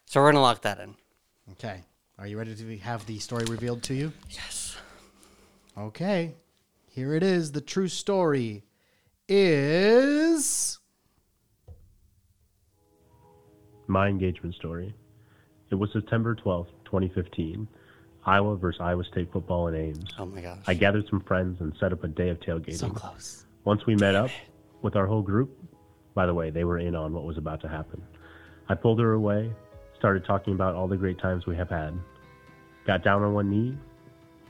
[SPEAKER 3] So we're gonna lock that in.
[SPEAKER 2] Okay. Are you ready to have the story revealed to you?
[SPEAKER 3] Yes.
[SPEAKER 2] Okay. Here it is. The true story is.
[SPEAKER 5] My engagement story. It was September 12th, 2015. Iowa versus Iowa State football in Ames.
[SPEAKER 3] Oh my gosh.
[SPEAKER 5] I gathered some friends and set up a day of tailgating.
[SPEAKER 2] So close.
[SPEAKER 5] Once we met up with our whole group, by the way, they were in on what was about to happen. I pulled her away, started talking about all the great times we have had, got down on one knee.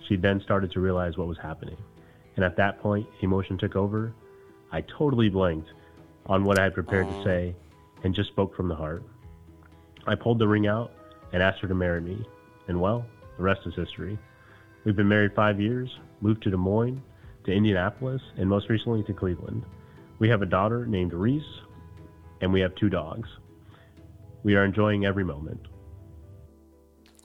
[SPEAKER 5] She then started to realize what was happening. And at that point, emotion took over. I totally blanked on what I had prepared to say and just spoke from the heart. I pulled the ring out and asked her to marry me. And well, the rest is history. We've been married five years, moved to Des Moines, to Indianapolis, and most recently to Cleveland. We have a daughter named Reese, and we have two dogs. We are enjoying every moment.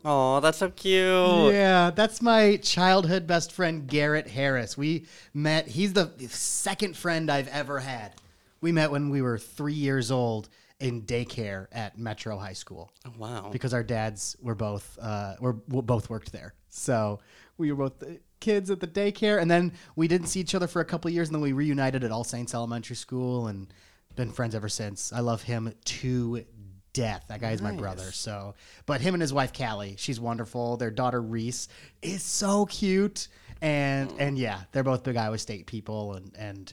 [SPEAKER 3] Oh, that's so cute.
[SPEAKER 2] Yeah, that's my childhood best friend Garrett Harris. We met. He's the second friend I've ever had. We met when we were three years old in daycare at Metro High School.
[SPEAKER 3] Wow.
[SPEAKER 2] because our dads were both uh, were w- both worked there. So we were both the kids at the daycare, and then we didn't see each other for a couple of years, and then we reunited at All Saints Elementary School, and been friends ever since. I love him to death. That guy is my brother. So, but him and his wife Callie, she's wonderful. Their daughter Reese is so cute, and and yeah, they're both big Iowa State people, and and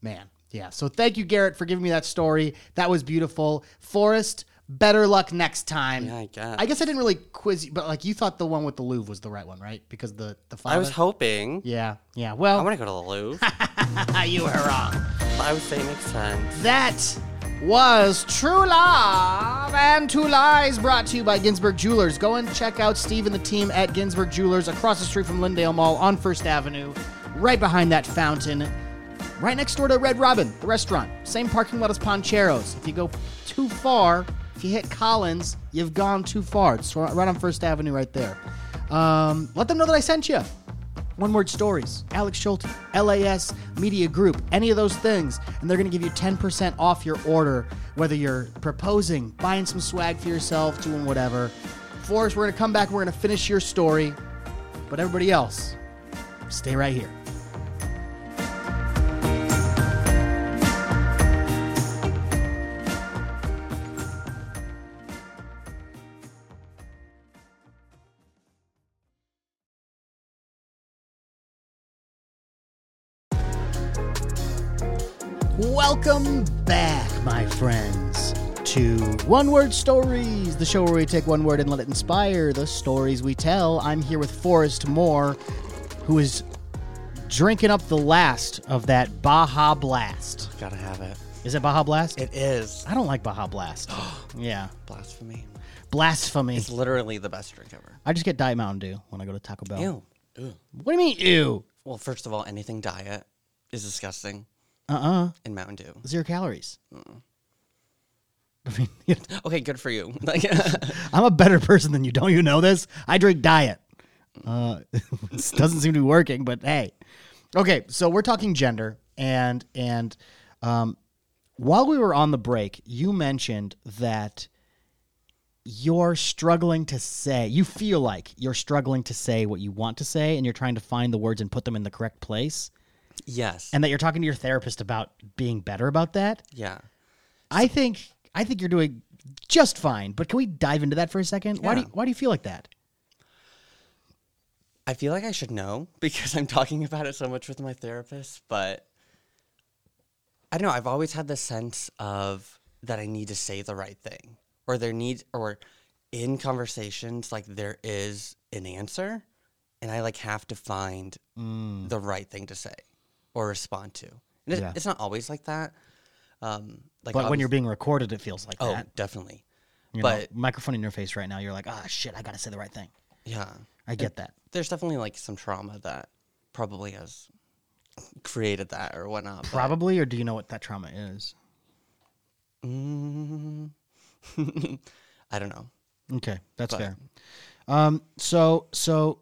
[SPEAKER 2] man. Yeah, so thank you, Garrett, for giving me that story. That was beautiful. Forrest, better luck next time.
[SPEAKER 3] Yeah, I guess.
[SPEAKER 2] I guess I didn't really quiz you, but like you thought the one with the Louvre was the right one, right? Because the the father.
[SPEAKER 3] I was hoping.
[SPEAKER 2] yeah, yeah.
[SPEAKER 3] I
[SPEAKER 2] Well,
[SPEAKER 3] want to go to the Louvre.
[SPEAKER 2] you were wrong.
[SPEAKER 3] I would say it makes sense.
[SPEAKER 2] That was True Love and Two Lies, brought to you by Ginsburg Jewelers. Go and check out Steve and the team at Ginsburg Jewelers across the street from Lindale Mall on First Avenue, right behind that fountain, right next door to Red Robin, the restaurant. Same parking lot as Poncheros. If you go too far, if you hit Collins, you've gone too far. It's right right on First Avenue, right there. Um, let them know that I sent you. One Word Stories, Alex Schulte, LAS, Media Group, any of those things, and they're going to give you 10% off your order, whether you're proposing, buying some swag for yourself, doing whatever. Forrest, we're going to come back, we're going to finish your story, but everybody else, stay right here. Welcome back, my friends, to One Word Stories, the show where we take one word and let it inspire the stories we tell. I'm here with Forrest Moore, who is drinking up the last of that Baja Blast.
[SPEAKER 3] Gotta have it.
[SPEAKER 2] Is it Baja Blast?
[SPEAKER 3] It is.
[SPEAKER 2] I don't like Baja Blast. yeah.
[SPEAKER 3] Blasphemy.
[SPEAKER 2] Blasphemy.
[SPEAKER 3] It's literally the best drink ever.
[SPEAKER 2] I just get Diet Mountain Dew when I go to Taco Bell.
[SPEAKER 3] Ew. Ew.
[SPEAKER 2] What do you mean, ew?
[SPEAKER 3] Well, first of all, anything diet is disgusting
[SPEAKER 2] Uh uh
[SPEAKER 3] in Mountain Dew.
[SPEAKER 2] Zero calories.
[SPEAKER 3] Mm.
[SPEAKER 2] I mean,
[SPEAKER 3] Okay, good for you. Like,
[SPEAKER 2] I'm a better person than you. Don't you know this? I drink diet. Uh, this doesn't seem to be working, but hey. Okay, so we're talking gender, and and um, while we were on the break, you mentioned that you're struggling to say, you feel like you're struggling to say what you want to say, and you're trying to find the words and put them in the correct place,
[SPEAKER 3] Yes.
[SPEAKER 2] and that you're talking to your therapist about being better about that.
[SPEAKER 3] yeah.
[SPEAKER 2] I think I think you're doing just fine. But can we dive into that for a second? Why do you,
[SPEAKER 3] Yeah.
[SPEAKER 2] Why do you feel like that?
[SPEAKER 3] I feel like I should know because I'm talking about it so much with my therapist, but I don't know. I've always had this sense of that I need to say the right thing or there needs, or in conversations, like there is an answer and I like have to find the right thing to say or respond to. And it,
[SPEAKER 2] Mm. Yeah.
[SPEAKER 3] it's not always like that. Um,
[SPEAKER 2] But
[SPEAKER 3] like
[SPEAKER 2] when
[SPEAKER 3] obvious-
[SPEAKER 2] you're being recorded, it feels like
[SPEAKER 3] oh,
[SPEAKER 2] that.
[SPEAKER 3] definitely.
[SPEAKER 2] You know,
[SPEAKER 3] but
[SPEAKER 2] microphone in your face right now, you're like, ah, shit, I gotta say the right thing.
[SPEAKER 3] yeah,
[SPEAKER 2] I get that.
[SPEAKER 3] there's definitely like some trauma that probably has created that or whatnot. but-
[SPEAKER 2] Probably, or do you know what that trauma is?
[SPEAKER 3] Mm. I don't know.
[SPEAKER 2] Okay, that's
[SPEAKER 3] But-
[SPEAKER 2] fair. Um, so so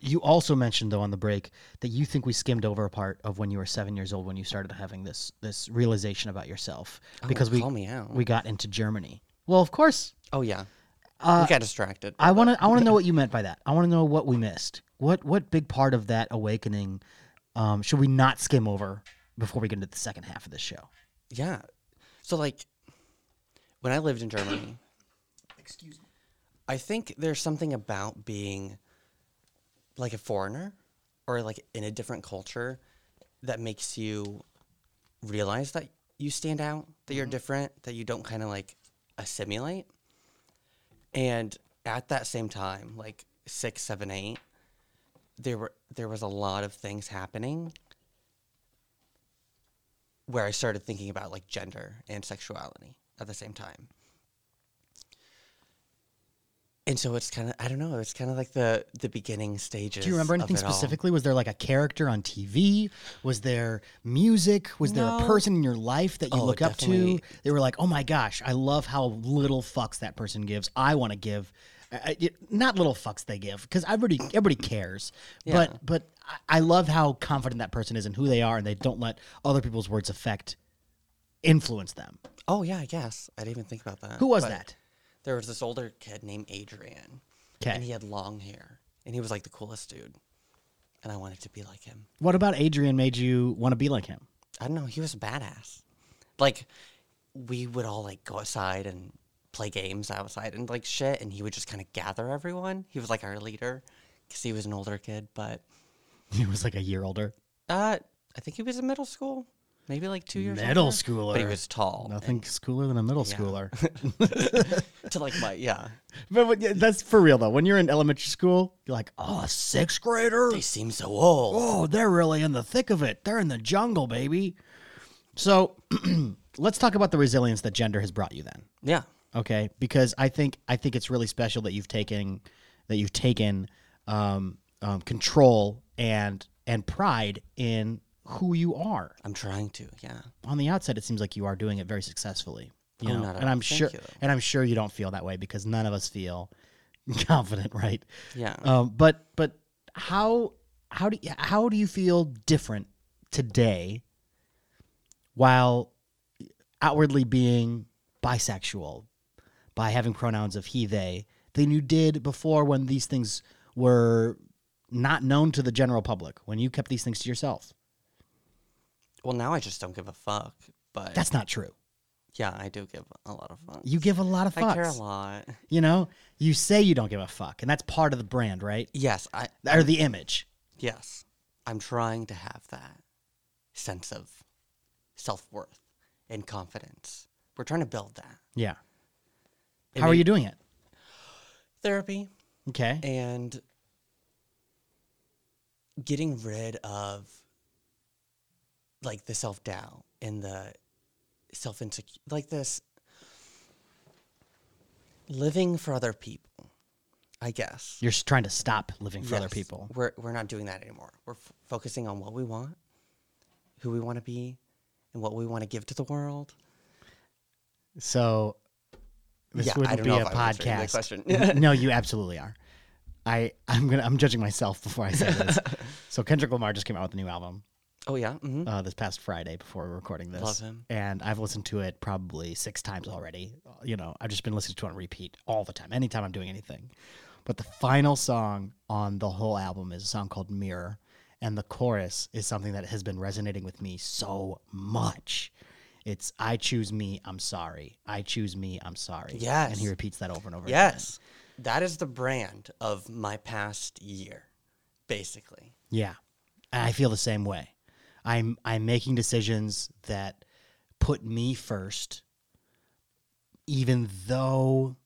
[SPEAKER 2] you also mentioned though on the break that you think we skimmed over a part of when you were seven years old when you started having this this realization about yourself because we
[SPEAKER 3] Oh, call me out.
[SPEAKER 2] we got into Germany. Well, of course,
[SPEAKER 3] Oh yeah, we got distracted.
[SPEAKER 2] Uh, I want to I want to know what you meant by that. I want to know what we missed. What what big part of that awakening um, should we not skim over before we get into the second half of this show?
[SPEAKER 3] yeah. So like, when I lived in Germany, excuse me. I think there's something about being like a foreigner or like in a different culture that makes you realize that you stand out, that
[SPEAKER 2] Mm-hmm.
[SPEAKER 3] you're different, that you don't kind of like assimilate. And at that same time, like six, seven, eight, there were there was a lot of things happening where I started thinking about like gender and sexuality at the same time. And so it's kind of I don't know it's kind of like the the beginning stages.
[SPEAKER 2] Do you remember
[SPEAKER 3] of
[SPEAKER 2] anything
[SPEAKER 3] it all.
[SPEAKER 2] specifically? Was there like a character on TV? Was there music? Was there a
[SPEAKER 3] No.
[SPEAKER 2] person in your life that you
[SPEAKER 3] Oh,
[SPEAKER 2] look up to?
[SPEAKER 3] definitely.
[SPEAKER 2] They were like, oh my gosh, I love how little fucks that person gives. I want to give, I- I- it- not little fucks they give because everybody everybody cares. But but I- I love how confident that person is in who they are, and they don't let other people's words affect influence them.
[SPEAKER 3] Oh yeah, I guess I didn't even think about that.
[SPEAKER 2] Who was
[SPEAKER 3] But
[SPEAKER 2] that?
[SPEAKER 3] There was this older kid named Adrian,
[SPEAKER 2] 'Kay.
[SPEAKER 3] and he had long hair, and he was like the coolest dude, and I wanted to be like him.
[SPEAKER 2] What about Adrian made you want to be like him?
[SPEAKER 3] I don't know, he was a badass. Like, we would all like go outside and play games outside and like shit, and he would just kind of gather everyone. He was like our leader because he was an older kid, but
[SPEAKER 2] He was like a year older.
[SPEAKER 3] uh, I think he was in middle school, maybe like two years.
[SPEAKER 2] Middle
[SPEAKER 3] older, but he
[SPEAKER 2] schooler.
[SPEAKER 3] was tall.
[SPEAKER 2] Nothing cooler than a middle schooler.
[SPEAKER 3] and- to like my yeah.
[SPEAKER 2] But when, yeah, that's for real though. When you're in elementary school, you're like, oh, a sixth grader.
[SPEAKER 3] He seemed so old.
[SPEAKER 2] Oh, they're really in the thick of it. They're in the jungle, baby. So let's talk about the resilience that gender has brought you then.
[SPEAKER 3] Yeah,
[SPEAKER 2] Okay. Because I think I think it's really special that you've taken that you've taken um, um, control and and pride in who you are.
[SPEAKER 3] I'm trying to. Yeah.
[SPEAKER 2] on the outset, it seems like you are doing it very successfully. You
[SPEAKER 3] Oh,
[SPEAKER 2] know,
[SPEAKER 3] not at
[SPEAKER 2] and
[SPEAKER 3] all.
[SPEAKER 2] I'm
[SPEAKER 3] Thank
[SPEAKER 2] sure,
[SPEAKER 3] you.
[SPEAKER 2] and I'm sure you don't feel that way because none of us feel confident, right?
[SPEAKER 3] Yeah.
[SPEAKER 2] Um, but but how how do you, how do you feel different today, while outwardly being bisexual, by having pronouns of he they than you did before when these things were not known to the general public when you kept these things to yourself?
[SPEAKER 3] Well, now I just don't give a fuck. But
[SPEAKER 2] That's not true.
[SPEAKER 3] yeah, I do give a lot of fuck.
[SPEAKER 2] You give a lot of fucks.
[SPEAKER 3] I care a lot.
[SPEAKER 2] You know, you say you don't give a fuck, and that's part of the brand, right?
[SPEAKER 3] Yes, I
[SPEAKER 2] Or the image.
[SPEAKER 3] yes, I'm trying to have that sense of self worth and confidence. We're trying to build that
[SPEAKER 2] Yeah.
[SPEAKER 3] I
[SPEAKER 2] How are
[SPEAKER 3] mean-
[SPEAKER 2] you doing it?
[SPEAKER 3] therapy
[SPEAKER 2] Okay.
[SPEAKER 3] and getting rid of like the self doubt and the self insecure, like this living for other people. I guess
[SPEAKER 2] You're s- trying to stop living for other
[SPEAKER 3] Yes.
[SPEAKER 2] people.
[SPEAKER 3] We're we're not doing that anymore. We're f- focusing on what we want, who we want to be, and what we want to give to the world.
[SPEAKER 2] So this
[SPEAKER 3] Yeah, I
[SPEAKER 2] wouldn't
[SPEAKER 3] don't
[SPEAKER 2] be
[SPEAKER 3] know
[SPEAKER 2] a
[SPEAKER 3] if I'm answering that
[SPEAKER 2] podcast.
[SPEAKER 3] question.
[SPEAKER 2] N- no, you absolutely are. I I'm gonna I'm judging myself before I say this. so Kendrick Lamar just came out with a new album.
[SPEAKER 3] Oh yeah. hmm
[SPEAKER 2] uh, this past Friday before we're recording this.
[SPEAKER 3] Love him.
[SPEAKER 2] And I've listened to it probably six times already. You know, I've just been listening to it on repeat all the time, anytime I'm doing anything. But the final song on the whole album is a song called Mirror. And the chorus is something that has been resonating with me so much. It's I choose me, I'm sorry. I choose me, I'm sorry.
[SPEAKER 3] Yes.
[SPEAKER 2] And he repeats that over and over again.
[SPEAKER 3] Yes. That is the brand of my past year, basically.
[SPEAKER 2] Yeah. And I feel the same way. I'm I'm making decisions that put me first even though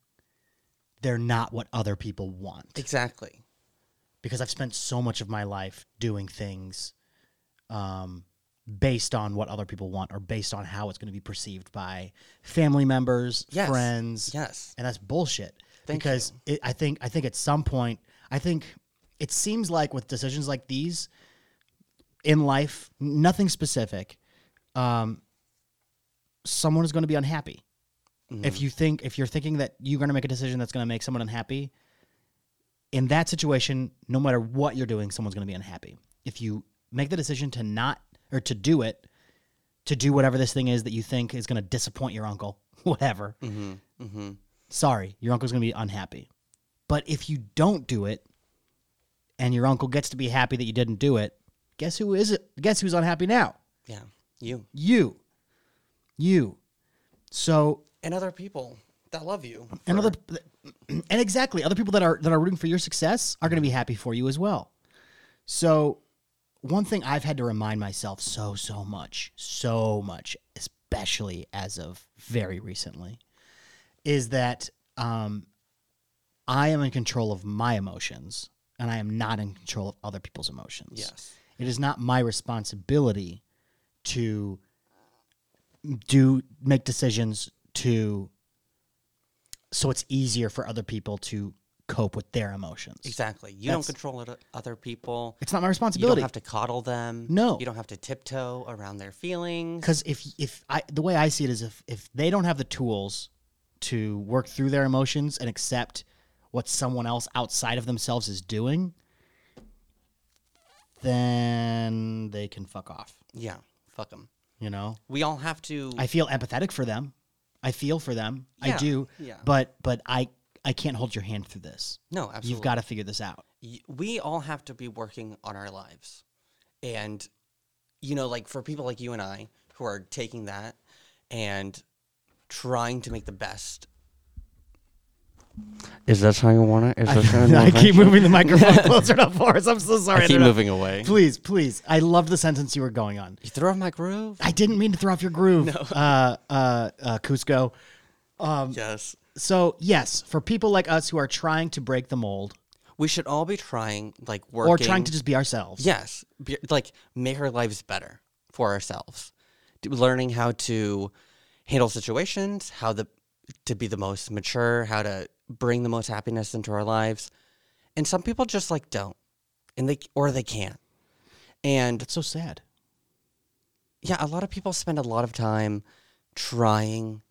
[SPEAKER 2] they're not what other people want.
[SPEAKER 3] Exactly.
[SPEAKER 2] Because I've spent so much of my life doing things um based on what other people want or based on how it's going to be perceived by family members,
[SPEAKER 3] Yes.
[SPEAKER 2] friends,
[SPEAKER 3] Yes.
[SPEAKER 2] and that's bullshit.
[SPEAKER 3] Thank
[SPEAKER 2] because it, I think I think at some point I think it seems like with decisions like these in life, nothing specific, um, someone is going to be unhappy.
[SPEAKER 3] Mm-hmm.
[SPEAKER 2] If you think if you're thinking that you're going to make a decision that's going to make someone unhappy, in that situation, no matter what you're doing, someone's going to be unhappy. If you make the decision to not or to do it, to do whatever this thing is that you think is going to disappoint your uncle, whatever,
[SPEAKER 3] hmm
[SPEAKER 2] sorry, your uncle's going to be unhappy. But if you don't do it and your uncle gets to be happy that you didn't do it, guess who is it? Guess who's unhappy now?
[SPEAKER 3] Yeah. You
[SPEAKER 2] You. You. So,
[SPEAKER 3] and other people that love you.
[SPEAKER 2] and
[SPEAKER 3] for-
[SPEAKER 2] other and exactly, other people that are that are rooting for your success are going to be happy for you as well. So, one thing I've had to remind myself so so much, so much, especially as of very recently, is that um, I am in control of my emotions, and I am not in control of other people's emotions.
[SPEAKER 3] Yes.
[SPEAKER 2] it is not my responsibility to do make decisions to so it's easier for other people to cope with their emotions.
[SPEAKER 3] Exactly. You
[SPEAKER 2] That's-
[SPEAKER 3] don't control it, other people.
[SPEAKER 2] It's not my
[SPEAKER 3] You don't
[SPEAKER 2] responsibility.
[SPEAKER 3] have to coddle them.
[SPEAKER 2] No.
[SPEAKER 3] You don't have to tiptoe around their feelings.
[SPEAKER 2] because if if I the way I see it is if if they don't have the tools to work through their emotions and accept what someone else outside of themselves is doing, then they can fuck off.
[SPEAKER 3] Yeah. Fuck them.
[SPEAKER 2] You know,
[SPEAKER 3] We all have to.
[SPEAKER 2] I feel empathetic for them. I feel for them. I
[SPEAKER 3] Yeah,
[SPEAKER 2] do.
[SPEAKER 3] yeah.
[SPEAKER 2] But but I I can't hold your hand through this.
[SPEAKER 3] no, absolutely.
[SPEAKER 2] You've got to figure this out.
[SPEAKER 3] y- we all have to be working on our lives. And, you know, like for people like you and I who are taking that and trying to make the best. Is this how you want it? Is this how you
[SPEAKER 2] I
[SPEAKER 3] want
[SPEAKER 2] keep moving the microphone closer to Forrest. I'm so sorry.
[SPEAKER 3] I keep
[SPEAKER 2] don't know.
[SPEAKER 3] moving away.
[SPEAKER 2] Please, please. I love the sentence you were going on.
[SPEAKER 3] You throw off my groove?
[SPEAKER 2] I didn't mean to throw off your groove, uh, uh, uh, Cusco.
[SPEAKER 3] yes.
[SPEAKER 2] So yes, for people like us who are trying to break the mold
[SPEAKER 3] We should all be trying, like, working.
[SPEAKER 2] or trying to just be ourselves,
[SPEAKER 3] Yes, be, like make our lives better for ourselves, D- learning how to handle situations, how the to be the most mature, how to bring the most happiness into our lives. And some people just like don't, and they or they can't. And
[SPEAKER 2] it's so sad.
[SPEAKER 3] yeah, a lot of people spend a lot of time trying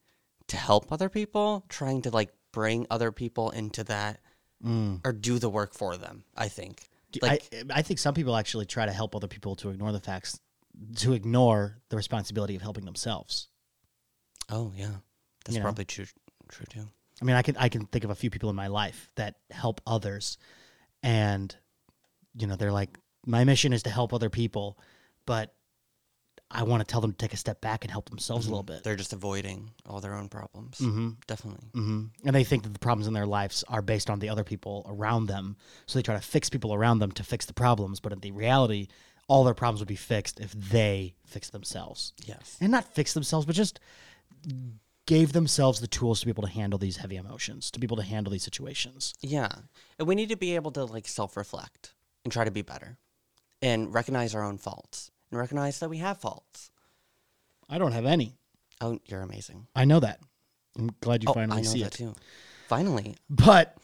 [SPEAKER 3] to help other people, trying to like bring other people into that or do the work for them. I think. Like,
[SPEAKER 2] I, I think some people actually try to help other people to ignore the facts, to ignore the responsibility of helping themselves.
[SPEAKER 3] oh yeah, that's
[SPEAKER 2] You know?
[SPEAKER 3] probably true. True too.
[SPEAKER 2] I mean, I can I can think of a few people in my life that help others, and you know, they're like, my mission is to help other people, but I want to tell them to take a step back and help themselves a little bit. Mm-hmm.
[SPEAKER 3] They're just avoiding all their own problems. Definitely.
[SPEAKER 2] hmm And they think that the problems in their lives are based on the other people around them, so they try to fix people around them to fix the problems. But in the reality, all their problems would be fixed if they fixed themselves,
[SPEAKER 3] Yes.
[SPEAKER 2] and not fix themselves, but just gave themselves the tools to be able to handle these heavy emotions, to be able to handle these situations.
[SPEAKER 3] Yeah. And we need to be able to like self reflect and try to be better and recognize our own faults and recognize that we have faults.
[SPEAKER 2] I don't have any.
[SPEAKER 3] Oh, you're amazing.
[SPEAKER 2] I know that. I'm glad you
[SPEAKER 3] Oh,
[SPEAKER 2] finally
[SPEAKER 3] I know
[SPEAKER 2] see
[SPEAKER 3] that
[SPEAKER 2] it.
[SPEAKER 3] too. Finally.
[SPEAKER 2] But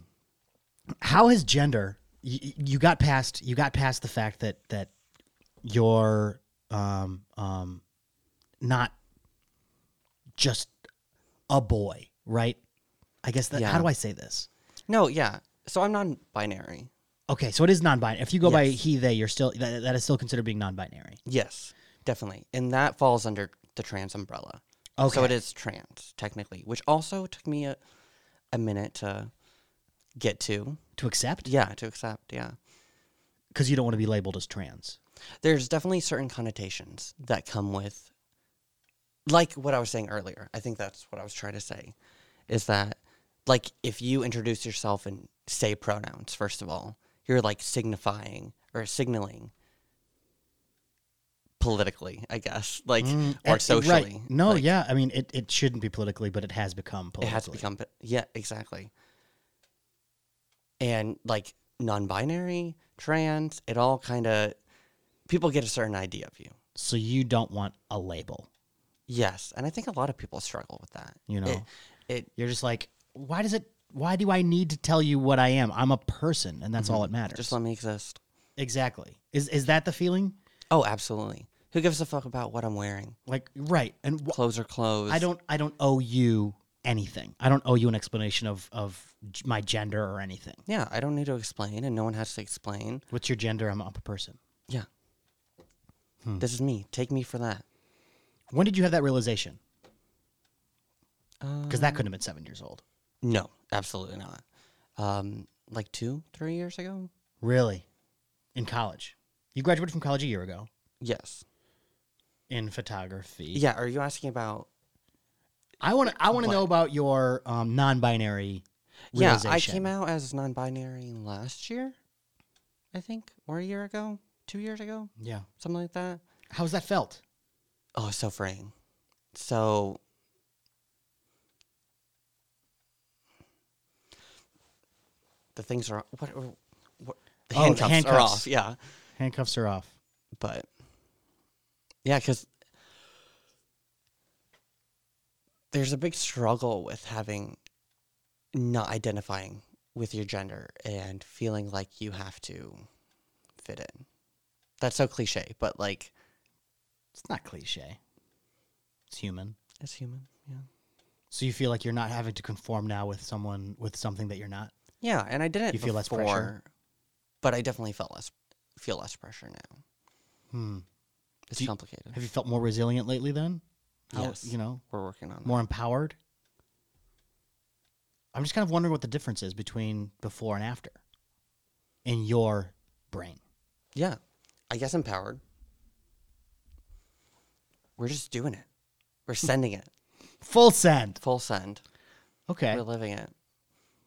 [SPEAKER 2] how has gender? You, you got past. You got past the fact that that you're um, um, not just a boy, right? I guess that.
[SPEAKER 3] Yeah.
[SPEAKER 2] How do I say this?
[SPEAKER 3] No, yeah. So I'm non binary.
[SPEAKER 2] Okay, so it is non-binary. If you go by
[SPEAKER 3] Yes.
[SPEAKER 2] he they, you're still that, that is still considered being non-binary.
[SPEAKER 3] Yes, definitely. And that falls under the trans umbrella.
[SPEAKER 2] Okay.
[SPEAKER 3] So it is trans, technically, which also took me a, a minute to get to.
[SPEAKER 2] to accept
[SPEAKER 3] Yeah, to accept. Yeah.
[SPEAKER 2] because you don't want to be labeled as trans.
[SPEAKER 3] There's definitely certain connotations that come with, like what I was saying earlier. I think that's what I was trying to say is that, like, if you introduce yourself and say pronouns, first of all, you're like signifying or signaling politically, I guess, like, Mm, or
[SPEAKER 2] And- and-
[SPEAKER 3] socially.
[SPEAKER 2] Mm, right. No,
[SPEAKER 3] like,
[SPEAKER 2] yeah. I mean, it, it shouldn't be politically, but it has become politically.
[SPEAKER 3] it has become yeah exactly and like non-binary trans it all kind of people get a certain idea of you
[SPEAKER 2] So you don't want a label.
[SPEAKER 3] yes and i think a lot of people struggle with that
[SPEAKER 2] You
[SPEAKER 3] It-
[SPEAKER 2] know?
[SPEAKER 3] it,
[SPEAKER 2] You're just like, why does it? Why do I need to tell you what I am? I'm a person, and that's all that matters.
[SPEAKER 3] Mm-hmm. just let me exist
[SPEAKER 2] exactly. Is is that the feeling?
[SPEAKER 3] oh absolutely who gives a fuck about what i'm wearing
[SPEAKER 2] Like right? And wh-
[SPEAKER 3] clothes are clothes
[SPEAKER 2] I don't. I don't owe you anything. I don't owe you an explanation of of g- my gender or anything.
[SPEAKER 3] yeah i don't need to explain and no one has to explain
[SPEAKER 2] What's your gender? I'm, I'm a person.
[SPEAKER 3] yeah this is me take me for that
[SPEAKER 2] When did you have that realization?
[SPEAKER 3] uh,
[SPEAKER 2] Because that couldn't have been seven years old.
[SPEAKER 3] Um, no absolutely not um, like two three years ago
[SPEAKER 2] Really? In college? You graduated from college a year ago
[SPEAKER 3] yes
[SPEAKER 2] in photography.
[SPEAKER 3] yeah are you asking about
[SPEAKER 2] I want to. I want to know about your um, non-binary.
[SPEAKER 3] Yeah, I
[SPEAKER 2] realization.
[SPEAKER 3] came out as non-binary last year, I think, or a year ago, two years ago,
[SPEAKER 2] Yeah.
[SPEAKER 3] something like that.
[SPEAKER 2] How's that felt?
[SPEAKER 3] Oh, it's so freeing. So the things are what, are- what the
[SPEAKER 2] Oh, the
[SPEAKER 3] handcuffs, are
[SPEAKER 2] handcuffs.
[SPEAKER 3] off. Yeah,
[SPEAKER 2] Handcuffs are off.
[SPEAKER 3] but yeah, because there's a big struggle with having not identifying with your gender and feeling like you have to fit in. That's so cliche, but like
[SPEAKER 2] It's not cliche. It's human.
[SPEAKER 3] as human, yeah.
[SPEAKER 2] So you feel like you're not having to conform now with someone with something that you're not.
[SPEAKER 3] Yeah, and I didn't
[SPEAKER 2] You feel less pressure?
[SPEAKER 3] before, but I definitely felt less feel less pressure now.
[SPEAKER 2] Hmm.
[SPEAKER 3] It's
[SPEAKER 2] Do you-
[SPEAKER 3] complicated.
[SPEAKER 2] Have you felt more resilient lately? Then, How-
[SPEAKER 3] Yes.
[SPEAKER 2] You know,
[SPEAKER 3] We're working on that.
[SPEAKER 2] more empowered. I'm just kind of wondering what the difference is between before and after in your brain.
[SPEAKER 3] Yeah. I guess empowered. We're just doing it. We're sending it.
[SPEAKER 2] Full send.
[SPEAKER 3] Full send.
[SPEAKER 2] Okay.
[SPEAKER 3] We're living it.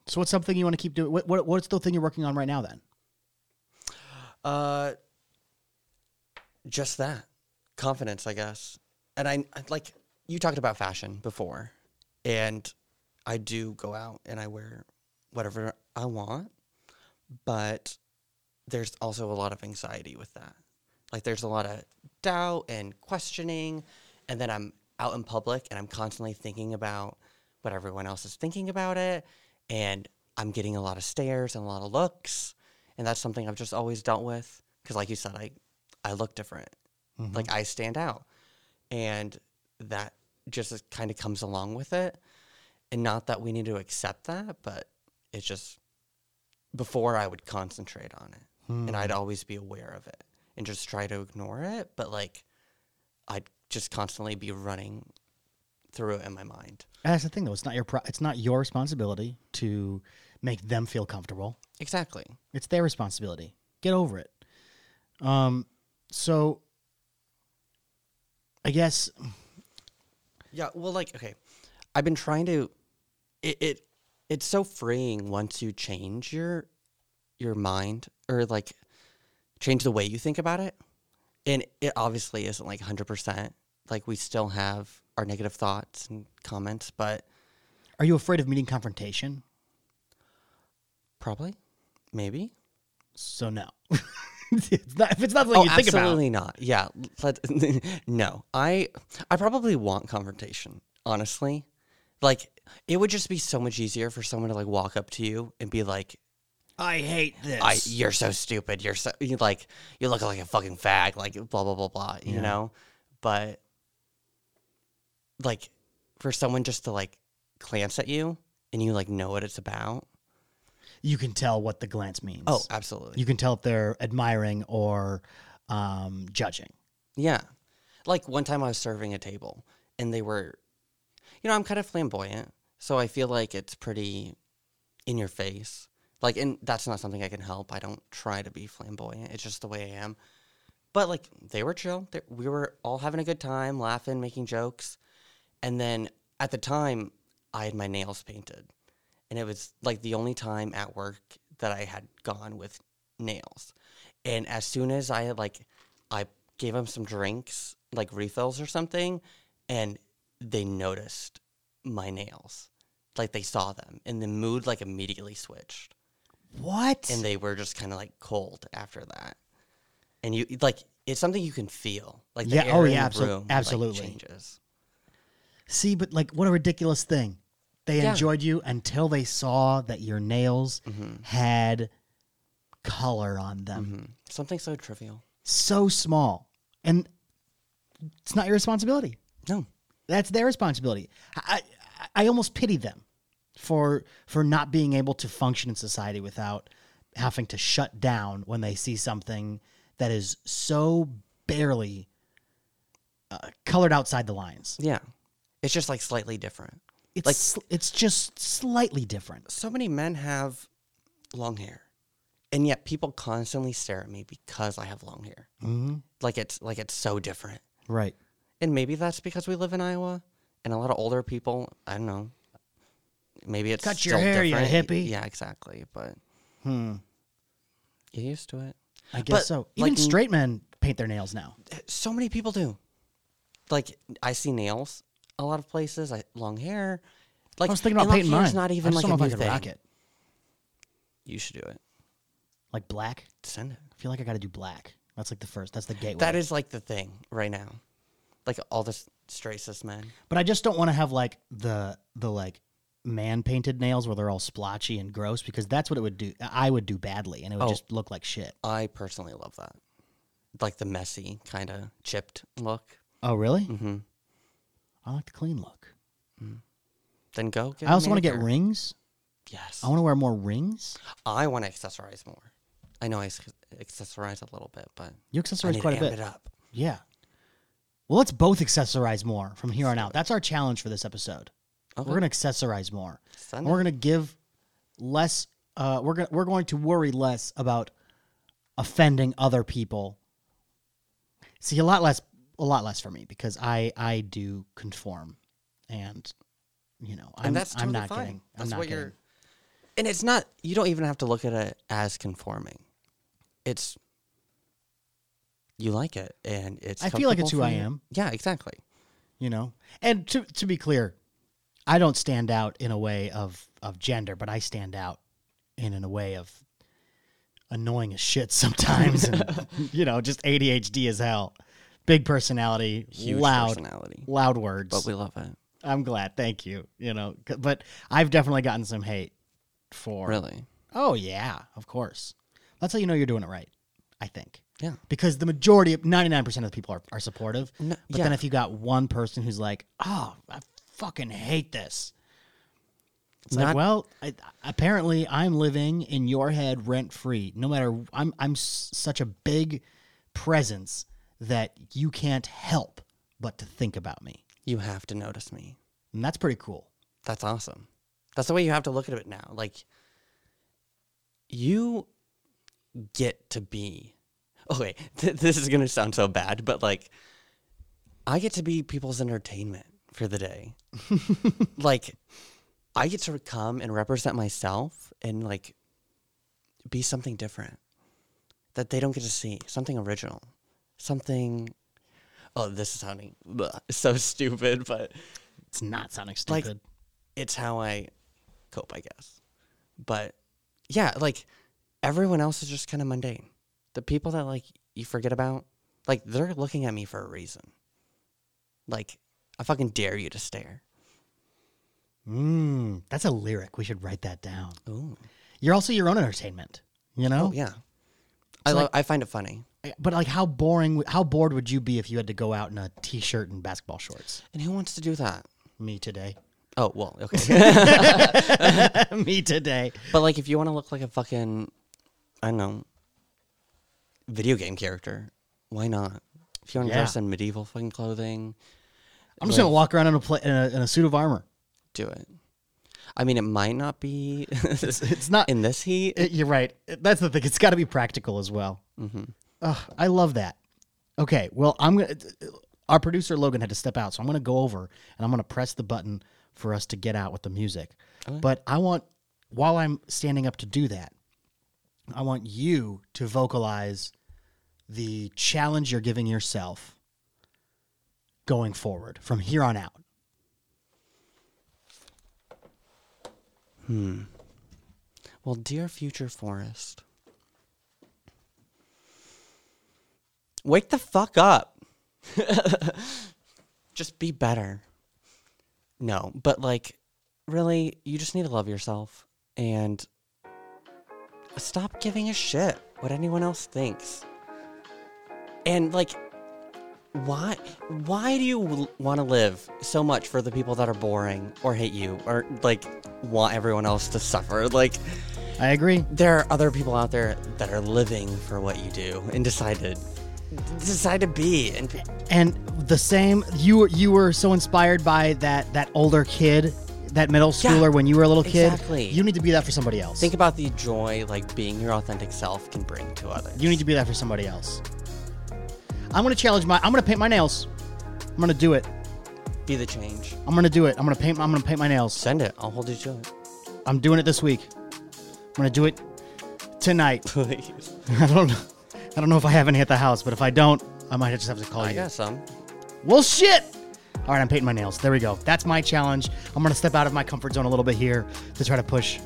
[SPEAKER 2] So what's something you want to keep doing? What, what what's the thing you're working on right now then?
[SPEAKER 3] Uh, just that confidence, I guess. And I I- like you talked about fashion before, and I do go out and I wear whatever I want, but there's also a lot of anxiety with that. Like there's a lot of doubt and questioning, and then I'm out in public and I'm constantly thinking about what everyone else is thinking about it, and I'm getting a lot of stares and a lot of looks, and that's something I've just always dealt with because, like you said, I I look different, like I stand out, and that just kind of comes along with it, and not that we need to accept that, but it's just before I would concentrate on it and I'd always be aware of it and just try to ignore it. But like, I'd just constantly be running through it in my mind.
[SPEAKER 2] And that's the thing though. It's not your pro- it's not your responsibility to make them feel comfortable.
[SPEAKER 3] Exactly.
[SPEAKER 2] It's their responsibility. Get over it. Um so I guess
[SPEAKER 3] Yeah. Well, like, okay, I've been trying to. It, it it's so freeing once you change your your mind or like change the way you think about it, and it obviously isn't like hundred percent. Like we still have our negative thoughts and comments, but
[SPEAKER 2] are you afraid of meeting confrontation?
[SPEAKER 3] probably, maybe.
[SPEAKER 2] So no. it's not, if it's not something you think about.
[SPEAKER 3] Oh, absolutely not. Yeah, let, no. I I probably want confrontation, honestly. Like it would just be so much easier for someone to like walk up to you and be like,
[SPEAKER 2] I hate this.
[SPEAKER 3] "I you're so stupid. You're so you like you look like a fucking fag. Like blah blah blah blah. You know, but like for someone just to like glance at you and you like know what it's about.
[SPEAKER 2] you can tell what the glance means.
[SPEAKER 3] Oh, absolutely.
[SPEAKER 2] you can tell if they're admiring or um, judging.
[SPEAKER 3] Yeah. Like one time I was serving a table and they were, you know, I'm kind of flamboyant. So I feel like it's pretty in your face. Like, and that's not something I can help. I don't try to be flamboyant. It's just the way I am. But like, they were chill. They, we were all having a good time, laughing, making jokes. And then at the time, I had my nails painted. And it was like the only time at work that I had gone with nails. And as soon as I had like, I gave them some drinks, like refills or something, and they noticed my nails. Like they saw them, and the mood like immediately switched,
[SPEAKER 2] What?
[SPEAKER 3] and they were just kind of like cold after that. And you like it's something you can feel, like the
[SPEAKER 2] Yeah,
[SPEAKER 3] air
[SPEAKER 2] oh,
[SPEAKER 3] in
[SPEAKER 2] yeah,
[SPEAKER 3] the
[SPEAKER 2] abso-
[SPEAKER 3] room, like,
[SPEAKER 2] absolutely.
[SPEAKER 3] changes.
[SPEAKER 2] See, but like, what a ridiculous thing. They
[SPEAKER 3] Yeah.
[SPEAKER 2] enjoyed you until they saw that your nails had color on them.
[SPEAKER 3] Mhm. Something so trivial.
[SPEAKER 2] So small. And it's not your responsibility.
[SPEAKER 3] No,
[SPEAKER 2] That's their responsibility. I, I, I almost pity them for for not being able to function in society without having to shut down when they see something that is so barely uh, colored outside the lines.
[SPEAKER 3] yeah, it's just like slightly different.
[SPEAKER 2] It's
[SPEAKER 3] Like-
[SPEAKER 2] sl- it's just slightly different.
[SPEAKER 3] so many men have long hair, and yet people constantly stare at me because I have long hair.
[SPEAKER 2] Mhm.
[SPEAKER 3] Like it's like it's so different.
[SPEAKER 2] Right.
[SPEAKER 3] And maybe that's because we live in Iowa, and a lot of older people. I don't know. Maybe it's
[SPEAKER 2] Cut your
[SPEAKER 3] still
[SPEAKER 2] hair, you
[SPEAKER 3] different.
[SPEAKER 2] hippie.
[SPEAKER 3] Yeah, exactly. But
[SPEAKER 2] Hmm.
[SPEAKER 3] you're used to it.
[SPEAKER 2] I guess
[SPEAKER 3] But,
[SPEAKER 2] so.
[SPEAKER 3] like,
[SPEAKER 2] Even straight men paint their nails now.
[SPEAKER 3] so many people do. Like I see nails a lot of places. I long hair. Like
[SPEAKER 2] I was thinking about
[SPEAKER 3] and long
[SPEAKER 2] painting
[SPEAKER 3] hair's
[SPEAKER 2] mine.
[SPEAKER 3] Not even
[SPEAKER 2] I just
[SPEAKER 3] like
[SPEAKER 2] don't
[SPEAKER 3] a
[SPEAKER 2] know if
[SPEAKER 3] new
[SPEAKER 2] I could
[SPEAKER 3] thing.
[SPEAKER 2] rock it.
[SPEAKER 3] You should do it.
[SPEAKER 2] Like black.
[SPEAKER 3] Send it.
[SPEAKER 2] I feel like I got to do black. That's like the first. That's the gateway.
[SPEAKER 3] That is like the thing right now. Like all the s- straight cis men.
[SPEAKER 2] But I just don't want to have like the the like man painted nails where they're all splotchy and gross because that's what it would do. I would do badly, and it would
[SPEAKER 3] Oh.
[SPEAKER 2] just look like shit.
[SPEAKER 3] I personally love that. Like the messy, kind of chipped look.
[SPEAKER 2] Oh, really?
[SPEAKER 3] Mhm.
[SPEAKER 2] I like the clean look.
[SPEAKER 3] Then go get
[SPEAKER 2] I also want to get
[SPEAKER 3] manicure.
[SPEAKER 2] rings.
[SPEAKER 3] Yes.
[SPEAKER 2] I want to wear more rings.
[SPEAKER 3] I want to accessorize more. I know I s- accessorize a little bit, but
[SPEAKER 2] You
[SPEAKER 3] I
[SPEAKER 2] accessorize
[SPEAKER 3] need
[SPEAKER 2] quite
[SPEAKER 3] to
[SPEAKER 2] a
[SPEAKER 3] amp
[SPEAKER 2] bit.
[SPEAKER 3] it up.
[SPEAKER 2] Yeah. Well, let's both accessorize more from here on out. That's our challenge for this episode.
[SPEAKER 3] Okay.
[SPEAKER 2] We're gonna accessorize more.
[SPEAKER 3] Send
[SPEAKER 2] And we're gonna give less. Uh, we're gonna we're going to worry less about offending other people. See, a lot less, a lot less for me because I I do conform, and you know I'm
[SPEAKER 3] and that's
[SPEAKER 2] I'm
[SPEAKER 3] totally
[SPEAKER 2] not
[SPEAKER 3] fine.
[SPEAKER 2] getting
[SPEAKER 3] that's
[SPEAKER 2] I'm not
[SPEAKER 3] what
[SPEAKER 2] getting.
[SPEAKER 3] you're. And it's not. You don't even have to look at it as conforming. It's. You like it, and it's.
[SPEAKER 2] I feel like it's
[SPEAKER 3] comfortable
[SPEAKER 2] who
[SPEAKER 3] for
[SPEAKER 2] I
[SPEAKER 3] you.
[SPEAKER 2] am.
[SPEAKER 3] Yeah, exactly.
[SPEAKER 2] you know. And to to be clear, I don't stand out in a way of of gender, but I stand out in in a way of annoying as shit sometimes, and you know, just ADHD as hell, big personality,
[SPEAKER 3] Huge
[SPEAKER 2] loud,
[SPEAKER 3] personality,
[SPEAKER 2] loud words.
[SPEAKER 3] but we love it.
[SPEAKER 2] I'm glad, thank you. You know, c- but I've definitely gotten some hate for.
[SPEAKER 3] Really?
[SPEAKER 2] Oh yeah, of course. That's how you know you're doing it right. I think
[SPEAKER 3] Yeah.
[SPEAKER 2] because the majority of 99% of the people are, are supportive
[SPEAKER 3] No-
[SPEAKER 2] but
[SPEAKER 3] yeah.
[SPEAKER 2] then if you got one person who's like oh i fucking hate this it's like
[SPEAKER 3] Not-
[SPEAKER 2] well I, apparently i'm living in your head rent free no matter i'm i'm s- such a big presence that you can't help but to think about me
[SPEAKER 3] You have to notice me.
[SPEAKER 2] and that's pretty cool
[SPEAKER 3] That's awesome. That's the way you have to look at it now. Like, you get to be. Okay, th- this is going to sound so bad, but like, I get to be people's entertainment for the day. like, I get to come and represent myself and like be something different that they don't get to see, something original, something. Oh, this is sounding bleh, so stupid, but
[SPEAKER 2] it's not sounding
[SPEAKER 3] Like-
[SPEAKER 2] stupid
[SPEAKER 3] it's how I cope, I guess. But yeah, like everyone else is just kind of mundane. The people that like you forget about, like they're looking at me for a reason. Like I fucking dare you to stare.
[SPEAKER 2] mm, that's a lyric we should write that down
[SPEAKER 3] Ooh.
[SPEAKER 2] you're also your own entertainment you know
[SPEAKER 3] Oh yeah. I love I find it funny.
[SPEAKER 2] But like, how boring? w- How bored would you be if you had to go out in a t-shirt and basketball shorts?
[SPEAKER 3] And who wants to do that?
[SPEAKER 2] Me today.
[SPEAKER 3] Oh well, okay.
[SPEAKER 2] Me today.
[SPEAKER 3] but like, if you want to look like a fucking, I don't know, video game character, why not? If you want to
[SPEAKER 2] Yeah.
[SPEAKER 3] dress in medieval fucking clothing,
[SPEAKER 2] I'm just gonna walk around in a, pla- in a in a suit of armor.
[SPEAKER 3] do it. I mean, it might not be. it's
[SPEAKER 2] not-
[SPEAKER 3] in this heat.
[SPEAKER 2] It- Uh, you're right. It- That's the thing. It's got to be practical as well. Ugh, I love that. Okay. Well, I'm gonna. Our producer Logan had to step out, so I'm gonna go over and I'm gonna press the button for us to get out with the music. But I want, while I'm standing up to do that, I want you to vocalize the challenge you're giving yourself going forward from here on out.
[SPEAKER 3] Well, dear future forest, wake the fuck up. just be better. No, but like, really, you just need to love yourself and stop giving a shit what anyone else thinks. And like, why why do you want to live so much for the people that are boring or hate you or like want everyone else to suffer like
[SPEAKER 2] I agree.
[SPEAKER 3] there are other people out there that are living for what you do and decided decide to be and
[SPEAKER 2] And the same, you were you were so inspired by that that older kid, that middle
[SPEAKER 3] Yeah,
[SPEAKER 2] schooler when you were a little kid.
[SPEAKER 3] exactly.
[SPEAKER 2] You need to be that for somebody else.
[SPEAKER 3] think about the joy like being your authentic self can bring to others
[SPEAKER 2] you need to be that for somebody else. I'm gonna challenge my. I'm gonna paint my nails. I'm gonna do it.
[SPEAKER 3] be the change
[SPEAKER 2] I'm gonna do it. I'm gonna paint. I'm gonna paint my nails.
[SPEAKER 3] send it i'll hold you to it
[SPEAKER 2] I'm doing it this week. I'm gonna do it tonight.
[SPEAKER 3] please
[SPEAKER 2] I don't. know- I don't know if I have any at the house, but if I don't, I might just have to call
[SPEAKER 3] i
[SPEAKER 2] you.
[SPEAKER 3] got some
[SPEAKER 2] Well, shit. All right, I'm painting my nails. There we go. That's my challenge. I'm going to step out of my comfort zone a little bit here to try to push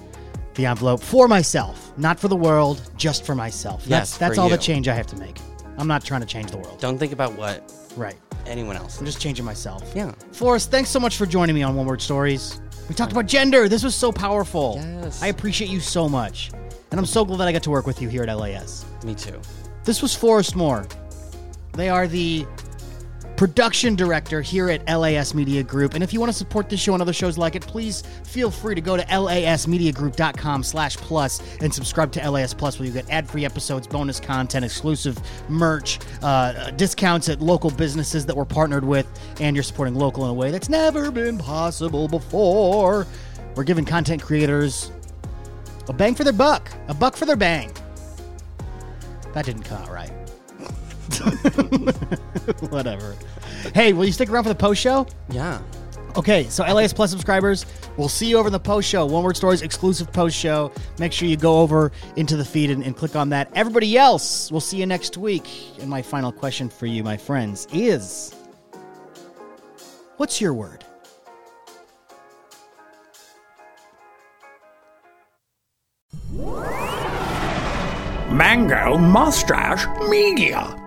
[SPEAKER 2] the envelope for myself, not for the world, just for myself.
[SPEAKER 3] Yes,
[SPEAKER 2] that's that's
[SPEAKER 3] for
[SPEAKER 2] all the
[SPEAKER 3] you.
[SPEAKER 2] change I have to make. I'm not trying to change the world.
[SPEAKER 3] don't think about what
[SPEAKER 2] Right.
[SPEAKER 3] anyone else
[SPEAKER 2] I'm just changing myself.
[SPEAKER 3] Yeah.
[SPEAKER 2] Forrest, thanks so much for joining me on One Word Stories. We talked about gender. This was so powerful.
[SPEAKER 3] Yes.
[SPEAKER 2] I appreciate you so much. And I'm so glad that I got to work with you here at LAS.
[SPEAKER 3] me too
[SPEAKER 2] This was Forrest Moore. They are the production director here at LAS Media Group. And if you want to support this show and other shows like it, please feel free to go to lasmediagroup.com slash plus and subscribe to LAS Plus where you get ad-free episodes, bonus content, exclusive merch, uh, discounts at local businesses that we're partnered with, and you're supporting local in a way that's never been possible before. We're giving content creators a bang for their buck, a buck for their bang. That didn't come out right. Whatever. Hey, will you stick around for the post show?
[SPEAKER 3] yeah
[SPEAKER 2] Okay, so LAS Plus subscribers, we'll see you over in the post show. One Word Stories exclusive post show. Make sure you go over into the feed and, and click on that. Everybody else, we'll see you next week. And my final question for you, my friends, is what's your word?
[SPEAKER 1] Mango Mustache Media.